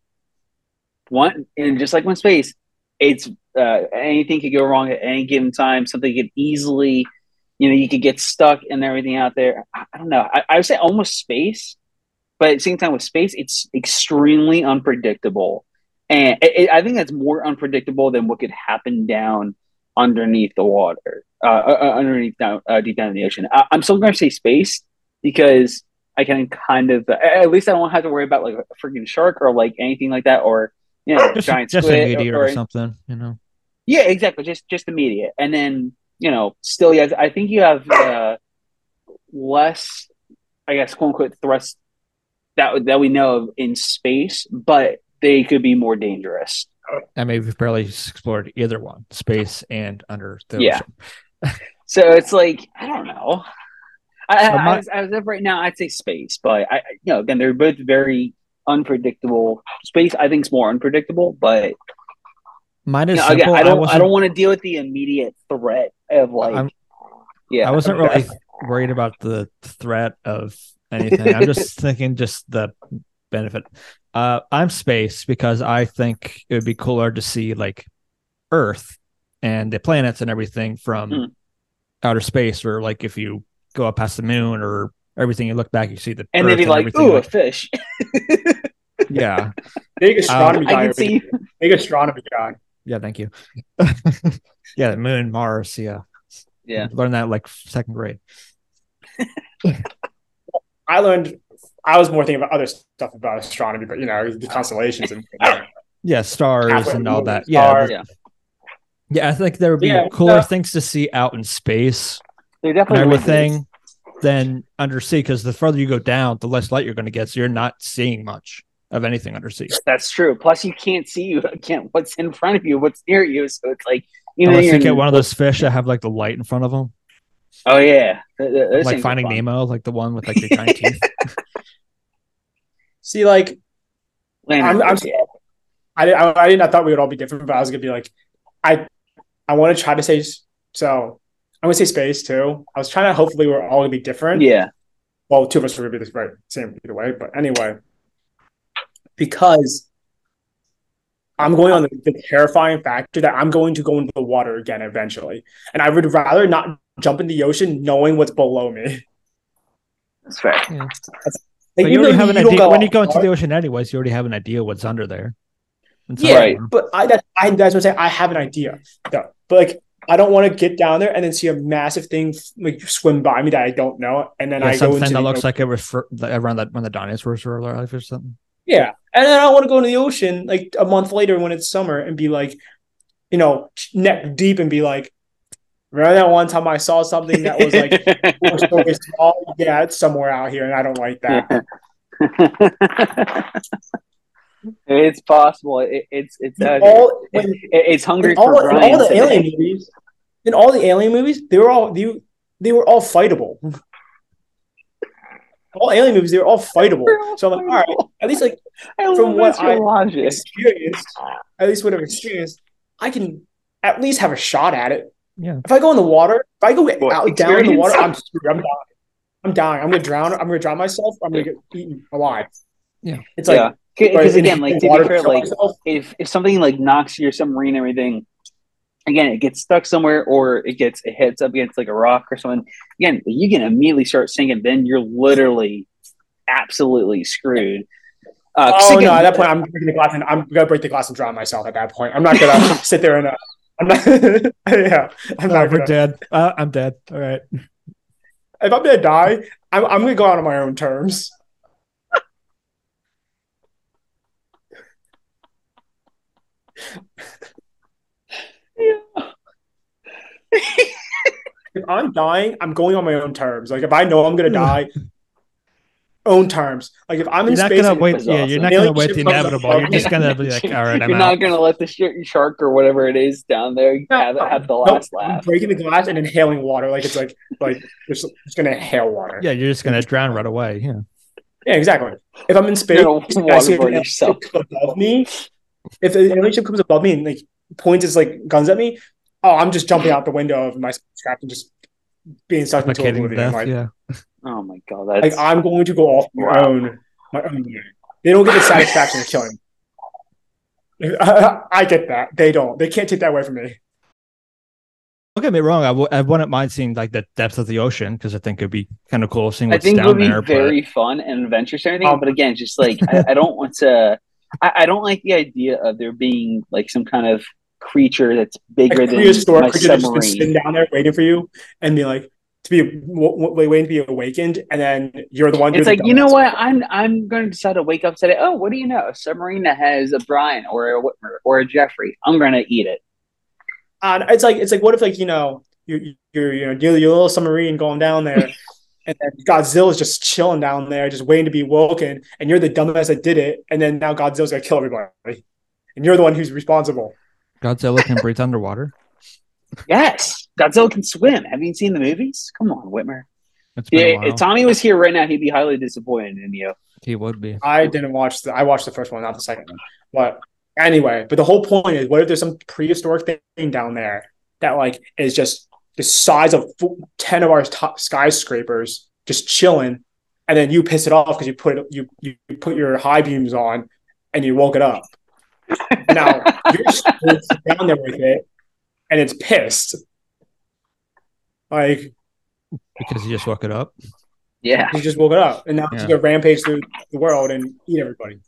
[SPEAKER 3] one and just like one space, it's uh, anything could go wrong at any given time. Something could easily, you know, you could get stuck and everything out there. I, I don't know. I, I would say almost space, but at the same time with space, it's extremely unpredictable, and it, it- I think that's more unpredictable than what could happen down underneath the water, uh, uh, uh, underneath down uh, deep down in the ocean. I, I'm still going to say space because I can kind of at least I don't have to worry about like a freaking shark or like anything like that or. you
[SPEAKER 2] (laughs)
[SPEAKER 3] know,
[SPEAKER 2] Just,
[SPEAKER 3] giant
[SPEAKER 2] just a
[SPEAKER 3] squid
[SPEAKER 2] meteor
[SPEAKER 3] or,
[SPEAKER 2] or
[SPEAKER 3] or
[SPEAKER 2] something, you know.
[SPEAKER 3] yeah, exactly. Just just the media, and then you know, still, yes, I think you have uh, less, I guess, quote unquote, threats that that we know of in space, but they could be more dangerous.
[SPEAKER 2] I mean, we've barely explored either one, space and under the
[SPEAKER 3] Yeah.
[SPEAKER 2] ocean.
[SPEAKER 3] So it's like I don't know. I,
[SPEAKER 2] So my-
[SPEAKER 3] I, as, as of right now, I'd say space, but I, I- you know, again, they're both very unpredictable. Space, I think, is more unpredictable, but
[SPEAKER 2] Mine
[SPEAKER 3] you
[SPEAKER 2] is
[SPEAKER 3] know,
[SPEAKER 2] simple.
[SPEAKER 3] again, I don't, I,
[SPEAKER 2] wasn't-
[SPEAKER 3] don't want to deal with the immediate threat of like,
[SPEAKER 2] I'm-
[SPEAKER 3] yeah,
[SPEAKER 2] I wasn't
[SPEAKER 3] (laughs)
[SPEAKER 2] really worried about the threat of anything. I'm just thinking just the benefit. Uh, I'm space because I think it would be cooler to see like Earth and the planets and everything from
[SPEAKER 3] Hmm.
[SPEAKER 2] outer space, or like if you go up past the moon or everything, you look back, you see the
[SPEAKER 3] and
[SPEAKER 2] Earth
[SPEAKER 3] they'd be like,
[SPEAKER 2] everything,
[SPEAKER 3] "Ooh, a fish."
[SPEAKER 2] (laughs) yeah,
[SPEAKER 1] Big astronomy
[SPEAKER 3] I
[SPEAKER 1] guy.
[SPEAKER 3] can
[SPEAKER 1] over
[SPEAKER 3] see.
[SPEAKER 1] here. Big astronomy guy.
[SPEAKER 2] Yeah, thank you. (laughs) yeah, the moon, Mars. Yeah.
[SPEAKER 3] Yeah.
[SPEAKER 2] Learned that like second grade.
[SPEAKER 1] I learned. I was more thinking about other stuff about astronomy, but you know the constellations and
[SPEAKER 2] Yeah, stars
[SPEAKER 1] Halfway
[SPEAKER 2] and all
[SPEAKER 1] moon,
[SPEAKER 2] that. Yeah.
[SPEAKER 1] stars.
[SPEAKER 3] Yeah.
[SPEAKER 2] Yeah, I think there would be
[SPEAKER 1] Yeah,
[SPEAKER 2] cooler
[SPEAKER 1] no.
[SPEAKER 2] things to see out in space
[SPEAKER 3] They're
[SPEAKER 2] and
[SPEAKER 3] definitely would be.
[SPEAKER 2] everything than undersea because the further you go down, the less light you're going to get. So you're not seeing much of anything undersea.
[SPEAKER 3] That's true. Plus, you can't see you (laughs) can't what's in front of you, what's near you. So it's like you know.
[SPEAKER 2] Unless
[SPEAKER 3] You're
[SPEAKER 2] you get
[SPEAKER 3] in-
[SPEAKER 2] one of those fish that have like the light in front of them,
[SPEAKER 3] Oh yeah, Th- th- those
[SPEAKER 2] like
[SPEAKER 3] things are
[SPEAKER 2] Finding
[SPEAKER 3] fun.
[SPEAKER 2] Nemo, like the one with like the giant teeth.
[SPEAKER 1] See, like
[SPEAKER 3] Land
[SPEAKER 1] I'm-
[SPEAKER 3] animals,
[SPEAKER 1] I'm-
[SPEAKER 3] yeah.
[SPEAKER 1] I did I, I did not thought we would all be different, but I was gonna be like, I I want to try to say s- so. I'm gonna say space too. I was trying to hopefully we're all gonna be different.
[SPEAKER 3] yeah,
[SPEAKER 1] Well, two of us were gonna be the right same either way, but anyway, because I'm going on the, the terrifying factor that I'm going to go into the water again eventually, and I would rather not jump in the ocean knowing what's below me.
[SPEAKER 3] that's fair.
[SPEAKER 2] But you already have an idea when you go into
[SPEAKER 1] the
[SPEAKER 2] the ocean, anyways. You already have an idea what's under there. And so-
[SPEAKER 1] Yeah,
[SPEAKER 3] Right.
[SPEAKER 1] but I that I that's what I'm saying. I have an idea though, but like I don't want to get down there and then see a massive thing like swim by me that I don't know, and then
[SPEAKER 2] yeah,
[SPEAKER 1] I go
[SPEAKER 2] something
[SPEAKER 1] into
[SPEAKER 2] that
[SPEAKER 1] the
[SPEAKER 2] looks
[SPEAKER 1] ocean.
[SPEAKER 2] like it was fr- the- around that when the dinosaurs were alive or something.
[SPEAKER 1] yeah, and then I want to go into the ocean like a month later when it's summer and be like, you know, neck deep and be like, remember that one time I saw something that was like
[SPEAKER 3] (laughs)
[SPEAKER 1] four stories small? Yeah, it's somewhere out here, and I don't like that.
[SPEAKER 3] (laughs) it's possible. It, it's it's uh,
[SPEAKER 1] All
[SPEAKER 3] it,
[SPEAKER 1] when-
[SPEAKER 3] it- it's hungry
[SPEAKER 1] in all,
[SPEAKER 3] for
[SPEAKER 1] in all
[SPEAKER 3] Brian.
[SPEAKER 1] the
[SPEAKER 3] today. (laughs)
[SPEAKER 1] alien movies, in all the alien movies, they were all they, they were all fightable.
[SPEAKER 3] (laughs)
[SPEAKER 1] all alien movies, they were all fightable.
[SPEAKER 3] They're all
[SPEAKER 1] so I'm like, all right,
[SPEAKER 3] fightable.
[SPEAKER 1] at least like
[SPEAKER 3] I love
[SPEAKER 1] from what
[SPEAKER 3] that's your
[SPEAKER 1] I-
[SPEAKER 3] logic.
[SPEAKER 1] experienced,
[SPEAKER 3] Ah.
[SPEAKER 1] at least what I've experienced, I can at least have a shot at it.
[SPEAKER 2] Yeah.
[SPEAKER 1] If I go in the water, if I go
[SPEAKER 3] What,
[SPEAKER 1] out down in the water, I'm
[SPEAKER 3] experience?
[SPEAKER 1] screwed. I'm dying. I'm dying. I'm gonna drown. I'm gonna drown myself. I'm gonna get eaten alive.
[SPEAKER 2] Yeah.
[SPEAKER 1] It's like
[SPEAKER 3] Yeah. Because
[SPEAKER 1] right,
[SPEAKER 3] again,
[SPEAKER 1] in
[SPEAKER 3] like
[SPEAKER 1] the
[SPEAKER 3] to
[SPEAKER 1] water
[SPEAKER 3] be fair,
[SPEAKER 1] kill
[SPEAKER 3] like
[SPEAKER 1] myself.
[SPEAKER 3] if if something like knocks your submarine and everything, again, it gets stuck somewhere or it gets it hits up against like a rock or something. Again, you can immediately start sinking. Then you're literally absolutely screwed. Uh, 'cause
[SPEAKER 1] Oh
[SPEAKER 3] again,
[SPEAKER 1] no!
[SPEAKER 3] (laughs)
[SPEAKER 1] At that point, I'm breaking the glass and I'm gonna break the glass and drown myself. At that point, I'm not
[SPEAKER 3] (laughs)
[SPEAKER 1] gonna sit there and uh, I'm not. (laughs) yeah, I'm
[SPEAKER 2] Oh,
[SPEAKER 1] not
[SPEAKER 2] we're
[SPEAKER 1] gonna.
[SPEAKER 2] dead. Uh, I'm dead. All right.
[SPEAKER 1] If I'm gonna die, I'm, I'm gonna go out on my own terms.
[SPEAKER 2] (laughs)
[SPEAKER 1] if I'm dying, I'm going on my own terms. Like if I know I'm gonna die, own terms. Like if I'm in
[SPEAKER 2] You're not
[SPEAKER 1] space,
[SPEAKER 2] gonna
[SPEAKER 1] and-
[SPEAKER 2] wait.
[SPEAKER 3] was
[SPEAKER 2] Yeah, you're
[SPEAKER 3] awesome.
[SPEAKER 2] not
[SPEAKER 1] Alien
[SPEAKER 2] gonna wait
[SPEAKER 1] ship
[SPEAKER 2] the
[SPEAKER 1] comes up
[SPEAKER 2] inevitable.
[SPEAKER 1] above
[SPEAKER 2] You're just gonna be
[SPEAKER 3] (laughs)
[SPEAKER 2] like, all right, I'm
[SPEAKER 3] you're
[SPEAKER 2] out.
[SPEAKER 3] not gonna let the sh- shark or whatever it is down there have, have the
[SPEAKER 1] Nope.
[SPEAKER 3] last laugh.
[SPEAKER 1] breaking the glass and inhaling water. Like it's like like it's, it's gonna inhale water.
[SPEAKER 3] (laughs)
[SPEAKER 2] Yeah, you're just gonna drown right away. Yeah.
[SPEAKER 1] Yeah, exactly. If I'm in space,
[SPEAKER 3] You're gonna
[SPEAKER 1] I see
[SPEAKER 3] waterboard
[SPEAKER 1] an alien
[SPEAKER 3] yourself.
[SPEAKER 1] above me. If an alien ship comes above me and like points its like guns at me, oh, I'm just jumping out the window of my spacecraft and just being sucked into
[SPEAKER 2] Suffocating
[SPEAKER 1] oblivion.
[SPEAKER 2] death.
[SPEAKER 1] like,
[SPEAKER 2] yeah.
[SPEAKER 3] Oh my god,
[SPEAKER 1] like
[SPEAKER 3] that's
[SPEAKER 1] I'm going to go off my
[SPEAKER 3] Wow.
[SPEAKER 1] own my own unit. They don't get the satisfaction of killing. (laughs) I, get that. They don't. They can't take that away from me.
[SPEAKER 2] Don't get me wrong. I w- I wouldn't mind seeing like the depth of the ocean because I think it'd be kind of cool seeing
[SPEAKER 3] I
[SPEAKER 2] what's
[SPEAKER 3] think it'll
[SPEAKER 2] down
[SPEAKER 3] be
[SPEAKER 2] there. but-
[SPEAKER 3] very fun and adventurous and everything.
[SPEAKER 1] Um,
[SPEAKER 3] but again, just like I, I don't want to. I, I don't like the idea of there being like some kind of creature that's bigger
[SPEAKER 1] Like,
[SPEAKER 3] than
[SPEAKER 1] prehistoric
[SPEAKER 3] my
[SPEAKER 1] creature that's just been
[SPEAKER 3] submarine.
[SPEAKER 1] sitting down there waiting for you and be like to be w- w- waiting to be awakened, and then you're the one.
[SPEAKER 3] It's
[SPEAKER 1] doing
[SPEAKER 3] like
[SPEAKER 1] the
[SPEAKER 3] you know
[SPEAKER 1] dumbass.
[SPEAKER 3] what? I'm I'm going to decide to wake up today. Oh, what do you know? A submarine that has a Brian or a Whitmer or a Jeffrey. I'm going to eat it.
[SPEAKER 1] And Uh, it's like it's like what if like you know you you're you know you're, you're a little submarine going down there, and then Godzilla's just chilling down there, just waiting to be woken, and you're the dumbass that did it, and then now Godzilla's gonna kill everybody, and you're the one who's responsible.
[SPEAKER 2] Godzilla can breathe underwater.
[SPEAKER 3] Yes, Godzilla can swim. Have you seen the movies? Come on, Whitmer.
[SPEAKER 2] It's been a
[SPEAKER 3] Yeah,
[SPEAKER 2] while.
[SPEAKER 3] if Tommy was here right now, he'd be highly disappointed in you.
[SPEAKER 2] he would be.
[SPEAKER 1] I didn't watch the I watched the first one, not the second one. But anyway, but the whole point is what if there's some prehistoric thing down there that like is just the size of fu- 10 of our top skyscrapers just chilling and then you piss it off because you put you you put your high beams on and you woke it up. (laughs) Now you're just down there with it and it's pissed. Like
[SPEAKER 2] Because he just woke it up.
[SPEAKER 3] Yeah.
[SPEAKER 1] you just woke it up and now it's
[SPEAKER 2] Yeah.
[SPEAKER 1] gonna rampage through the world and eat everybody.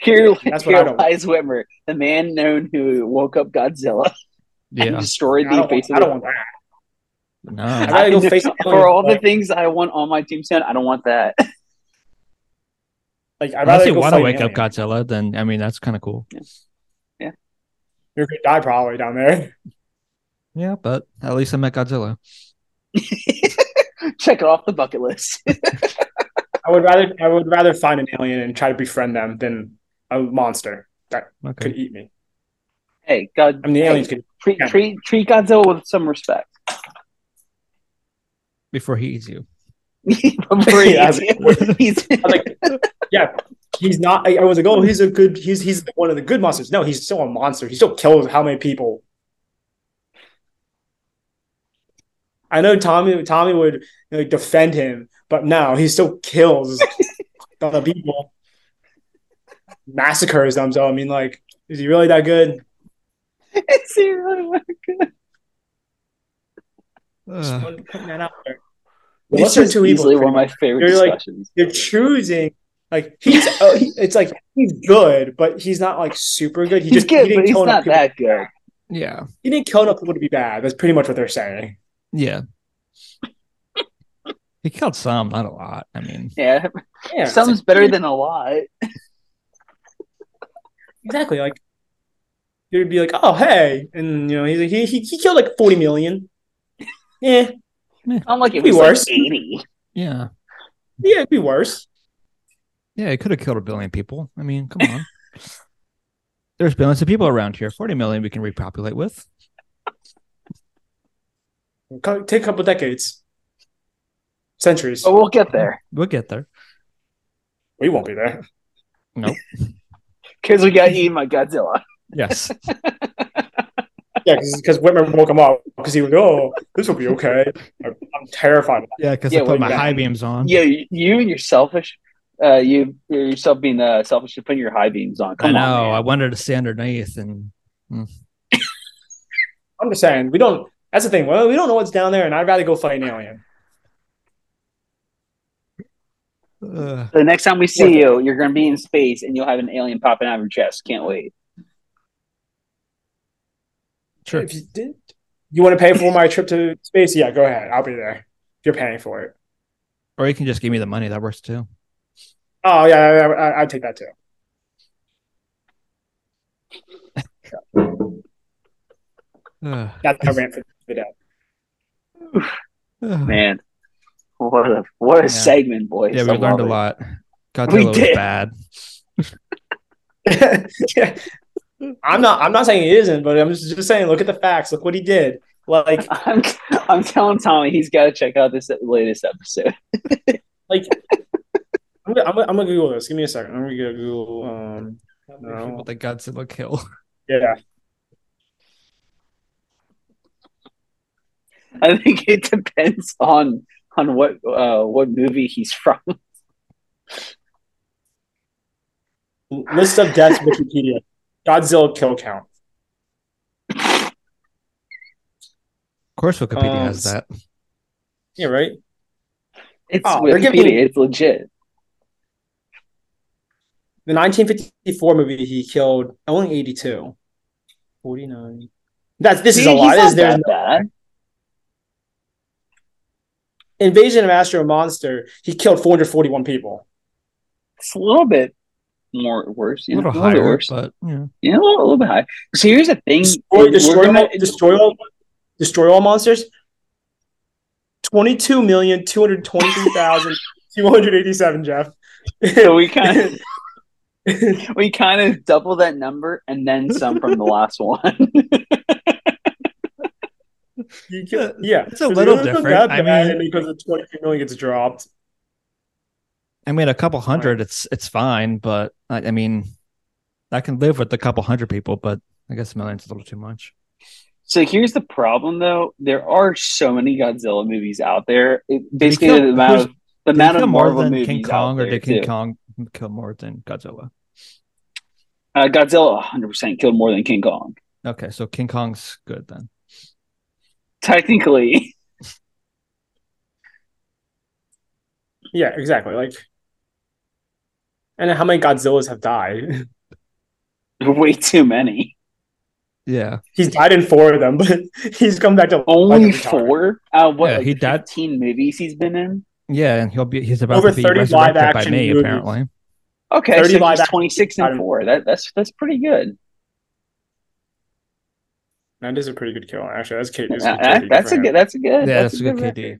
[SPEAKER 3] Here,
[SPEAKER 1] That's what I
[SPEAKER 3] here
[SPEAKER 1] don't-
[SPEAKER 3] lies Whitmer, the man known who woke up Godzilla and
[SPEAKER 2] Yeah.
[SPEAKER 3] destroyed
[SPEAKER 1] I don't want-
[SPEAKER 3] the face
[SPEAKER 1] I
[SPEAKER 3] of
[SPEAKER 1] don't
[SPEAKER 3] the
[SPEAKER 1] want that. I'd
[SPEAKER 2] No.
[SPEAKER 1] rather go
[SPEAKER 3] I know.
[SPEAKER 1] face
[SPEAKER 3] For all the things I want on my team stand, I don't want that. (laughs)
[SPEAKER 1] like I'd rather
[SPEAKER 2] Unless you
[SPEAKER 1] go
[SPEAKER 2] want
[SPEAKER 1] fight
[SPEAKER 2] to
[SPEAKER 1] an
[SPEAKER 2] wake up
[SPEAKER 1] alien.
[SPEAKER 2] Godzilla, then I mean that's kind of cool.
[SPEAKER 1] You're gonna die probably down there. (laughs)
[SPEAKER 2] Yeah, but at least I met Godzilla.
[SPEAKER 3] Check it off the bucket list. (laughs)
[SPEAKER 1] I would rather I would rather find an alien and try to befriend them than a monster that
[SPEAKER 2] Okay.
[SPEAKER 1] could eat me.
[SPEAKER 3] hey, God,
[SPEAKER 1] I mean, the
[SPEAKER 3] hey,
[SPEAKER 1] aliens could.
[SPEAKER 3] treat,
[SPEAKER 1] yeah.
[SPEAKER 3] treat treat Godzilla with some respect. (laughs)
[SPEAKER 2] Before he eats you.
[SPEAKER 1] (laughs)
[SPEAKER 3] Before he
[SPEAKER 1] Yeah,
[SPEAKER 3] eats you. (laughs) He's-
[SPEAKER 1] I was like, (laughs) yeah, he's not. I, I was like, oh, he's a good. He's he's one of the good monsters. No, he's still a monster. He still kills how many people. I know Tommy. Tommy would you know, defend him, but no, he still (laughs) kills other people, massacres them. So I mean, like, is he really that good?
[SPEAKER 3] Is he really-
[SPEAKER 1] Just
[SPEAKER 2] Ugh.
[SPEAKER 1] putting putting that out there. Unless
[SPEAKER 3] This
[SPEAKER 1] you're
[SPEAKER 3] is
[SPEAKER 1] too evil.
[SPEAKER 3] easily one of my favorite
[SPEAKER 1] You're like-
[SPEAKER 3] discussions.
[SPEAKER 1] You're choosing like he's. oh, he, it's like he's good, but he's not like super good. He
[SPEAKER 3] he's
[SPEAKER 1] just he
[SPEAKER 3] good,
[SPEAKER 1] didn't
[SPEAKER 3] but he's
[SPEAKER 1] kill enough
[SPEAKER 3] not
[SPEAKER 1] people.
[SPEAKER 3] that good.
[SPEAKER 2] yeah.
[SPEAKER 1] He didn't kill enough people to be bad. That's pretty much what they're saying.
[SPEAKER 2] Yeah. (laughs) he killed some, not a lot. I mean,
[SPEAKER 3] Yeah,
[SPEAKER 1] (laughs) Yeah, it's
[SPEAKER 3] some's
[SPEAKER 1] like-
[SPEAKER 3] better than a lot.
[SPEAKER 1] exactly like you'd be like, oh hey, and you know he's like he he, he killed like forty million. Yeah,
[SPEAKER 3] I'm like, it
[SPEAKER 1] Be
[SPEAKER 3] was like
[SPEAKER 1] worse.
[SPEAKER 3] 80.
[SPEAKER 2] yeah.
[SPEAKER 1] yeah, it'd be worse.
[SPEAKER 2] Yeah, he could have killed a billion people. I mean, come
[SPEAKER 3] (laughs)
[SPEAKER 2] on. There's billions of people around here. 40 million we can repopulate with.
[SPEAKER 1] Co- Take a couple decades, centuries.
[SPEAKER 3] But we'll get there.
[SPEAKER 2] We'll get there.
[SPEAKER 1] We won't be there.
[SPEAKER 3] Because we got eaten by
[SPEAKER 1] (laughs)
[SPEAKER 3] Godzilla.
[SPEAKER 2] Yes.
[SPEAKER 1] Yeah, because Whitmer woke him up because he was oh this will be okay. I'm I'm terrified. of
[SPEAKER 2] (laughs) yeah, because
[SPEAKER 3] Yeah,
[SPEAKER 2] I
[SPEAKER 3] well,
[SPEAKER 2] put my
[SPEAKER 3] yeah.
[SPEAKER 2] high beams on.
[SPEAKER 3] Yeah, you, you and your selfish, uh, you yourself being uh, selfish to putting your high beams on.
[SPEAKER 2] I
[SPEAKER 3] Come
[SPEAKER 2] know.
[SPEAKER 3] on,
[SPEAKER 2] I
[SPEAKER 3] man.
[SPEAKER 2] wanted to stay underneath and
[SPEAKER 1] that. I'm just saying we don't. That's the thing. Well, we don't know what's down there, and I'd rather go fight an alien.
[SPEAKER 2] Ugh.
[SPEAKER 3] The next time we see
[SPEAKER 1] Yeah.
[SPEAKER 3] you, you're going to be in space and you'll have an alien popping out of your chest. Can't wait.
[SPEAKER 2] Sure.
[SPEAKER 1] If you did, you want to pay for my trip to space? Yeah, go ahead. I'll be there. You're paying for it.
[SPEAKER 2] Or you can just give me the money. That works too.
[SPEAKER 1] Oh yeah, I, I, I'd take that too.
[SPEAKER 2] Ugh.
[SPEAKER 1] That's my rant for the day.
[SPEAKER 2] Ugh.
[SPEAKER 3] Man, what a what a
[SPEAKER 2] Yeah.
[SPEAKER 3] segment, boys.
[SPEAKER 2] Yeah,
[SPEAKER 3] I
[SPEAKER 2] we learned
[SPEAKER 3] love
[SPEAKER 2] a
[SPEAKER 3] it. (laughs)
[SPEAKER 2] lot. Godzilla was
[SPEAKER 3] did.
[SPEAKER 2] bad.
[SPEAKER 1] (laughs) yeah. I'm not. I'm not saying it isn't, but I'm just, just saying. Look at the facts. Look what he did. Like,
[SPEAKER 3] I'm, I'm telling Tommy he's got to check out this latest episode.
[SPEAKER 1] like I'm gonna, I'm, gonna, I'm gonna Google this. Give me a second. I'm gonna go Google. Um, no.
[SPEAKER 2] the Godzilla kill.
[SPEAKER 1] yeah,
[SPEAKER 3] (laughs) I think it depends on on what uh, what movie he's from. (laughs)
[SPEAKER 1] list of deaths Wikipedia. Godzilla kill count.
[SPEAKER 2] Of course, Wikipedia
[SPEAKER 1] Um,
[SPEAKER 2] has that.
[SPEAKER 1] Yeah, right.
[SPEAKER 3] It's
[SPEAKER 1] Oh, they're
[SPEAKER 3] Wikipedia.
[SPEAKER 1] giving-
[SPEAKER 3] It's legit.
[SPEAKER 1] The 1954 movie he killed only 82. 49. That's this is
[SPEAKER 3] Dude,
[SPEAKER 1] a lot.
[SPEAKER 3] he's
[SPEAKER 1] This
[SPEAKER 3] not
[SPEAKER 1] is there's
[SPEAKER 3] that bad.
[SPEAKER 1] invasion of Astro Monster. He killed 441 people.
[SPEAKER 3] It's a little bit more worse.
[SPEAKER 2] A
[SPEAKER 3] You know,
[SPEAKER 2] little higher,
[SPEAKER 3] bit worse.
[SPEAKER 2] but yeah.
[SPEAKER 3] Yeah, a little, a little bit high. So here's the thing:
[SPEAKER 1] Destroy,
[SPEAKER 3] We're
[SPEAKER 1] destroy,
[SPEAKER 3] gonna-
[SPEAKER 1] all, destroy all, destroy all monsters. 22,223,287, Jeff.
[SPEAKER 3] (laughs) so we kind of
[SPEAKER 2] (laughs)
[SPEAKER 3] we kind of (laughs) double that number and then some from the last one. (laughs)
[SPEAKER 1] You kill, (laughs) yeah,
[SPEAKER 2] It's a little
[SPEAKER 1] It's not
[SPEAKER 2] different. I
[SPEAKER 1] that bad
[SPEAKER 2] mean-
[SPEAKER 1] because the 22 million gets dropped.
[SPEAKER 2] I mean, a couple hundred, it's it's fine, but I, I mean, I can live with a couple hundred people, but I guess a million's a little too much.
[SPEAKER 3] so here's the problem, though: there are so many Godzilla movies out there. It, basically,
[SPEAKER 2] kill-
[SPEAKER 3] the amount of the
[SPEAKER 2] Did he
[SPEAKER 3] amount
[SPEAKER 2] kill
[SPEAKER 3] of
[SPEAKER 2] more
[SPEAKER 3] Marvel
[SPEAKER 2] than
[SPEAKER 3] movies
[SPEAKER 2] King
[SPEAKER 3] out
[SPEAKER 2] Kong,
[SPEAKER 3] there,
[SPEAKER 2] or did King
[SPEAKER 3] too.
[SPEAKER 2] Kong kill more than Godzilla?
[SPEAKER 3] Uh, Godzilla 100 percent killed more than King Kong. (laughs)
[SPEAKER 2] Okay, so King Kong's good then.
[SPEAKER 3] Technically, (laughs)
[SPEAKER 1] Yeah, exactly. Like, and how many Godzillas have died? (laughs)
[SPEAKER 3] way too many.
[SPEAKER 2] Yeah,
[SPEAKER 1] He's died in four of them, (laughs) but he's come back to life
[SPEAKER 3] Only
[SPEAKER 1] every time.
[SPEAKER 3] four? Uh, what?
[SPEAKER 2] Yeah,
[SPEAKER 3] like
[SPEAKER 2] he died-
[SPEAKER 3] 15 movies he's been in.
[SPEAKER 2] yeah, and he'll be he's about
[SPEAKER 1] Over
[SPEAKER 2] to be
[SPEAKER 1] 30 live
[SPEAKER 2] resurrected by
[SPEAKER 1] action
[SPEAKER 2] me
[SPEAKER 1] movies.
[SPEAKER 3] (laughs)
[SPEAKER 2] apparently.
[SPEAKER 3] Okay,
[SPEAKER 1] 30
[SPEAKER 3] so
[SPEAKER 1] live
[SPEAKER 3] he's
[SPEAKER 1] action
[SPEAKER 3] 26
[SPEAKER 1] out of-
[SPEAKER 3] and four. That that's that's pretty good.
[SPEAKER 1] That is a pretty good kill, actually. That's Kate.
[SPEAKER 3] Uh, that's a good. That's a good.
[SPEAKER 2] Yeah, that's a good
[SPEAKER 3] record.
[SPEAKER 2] KD.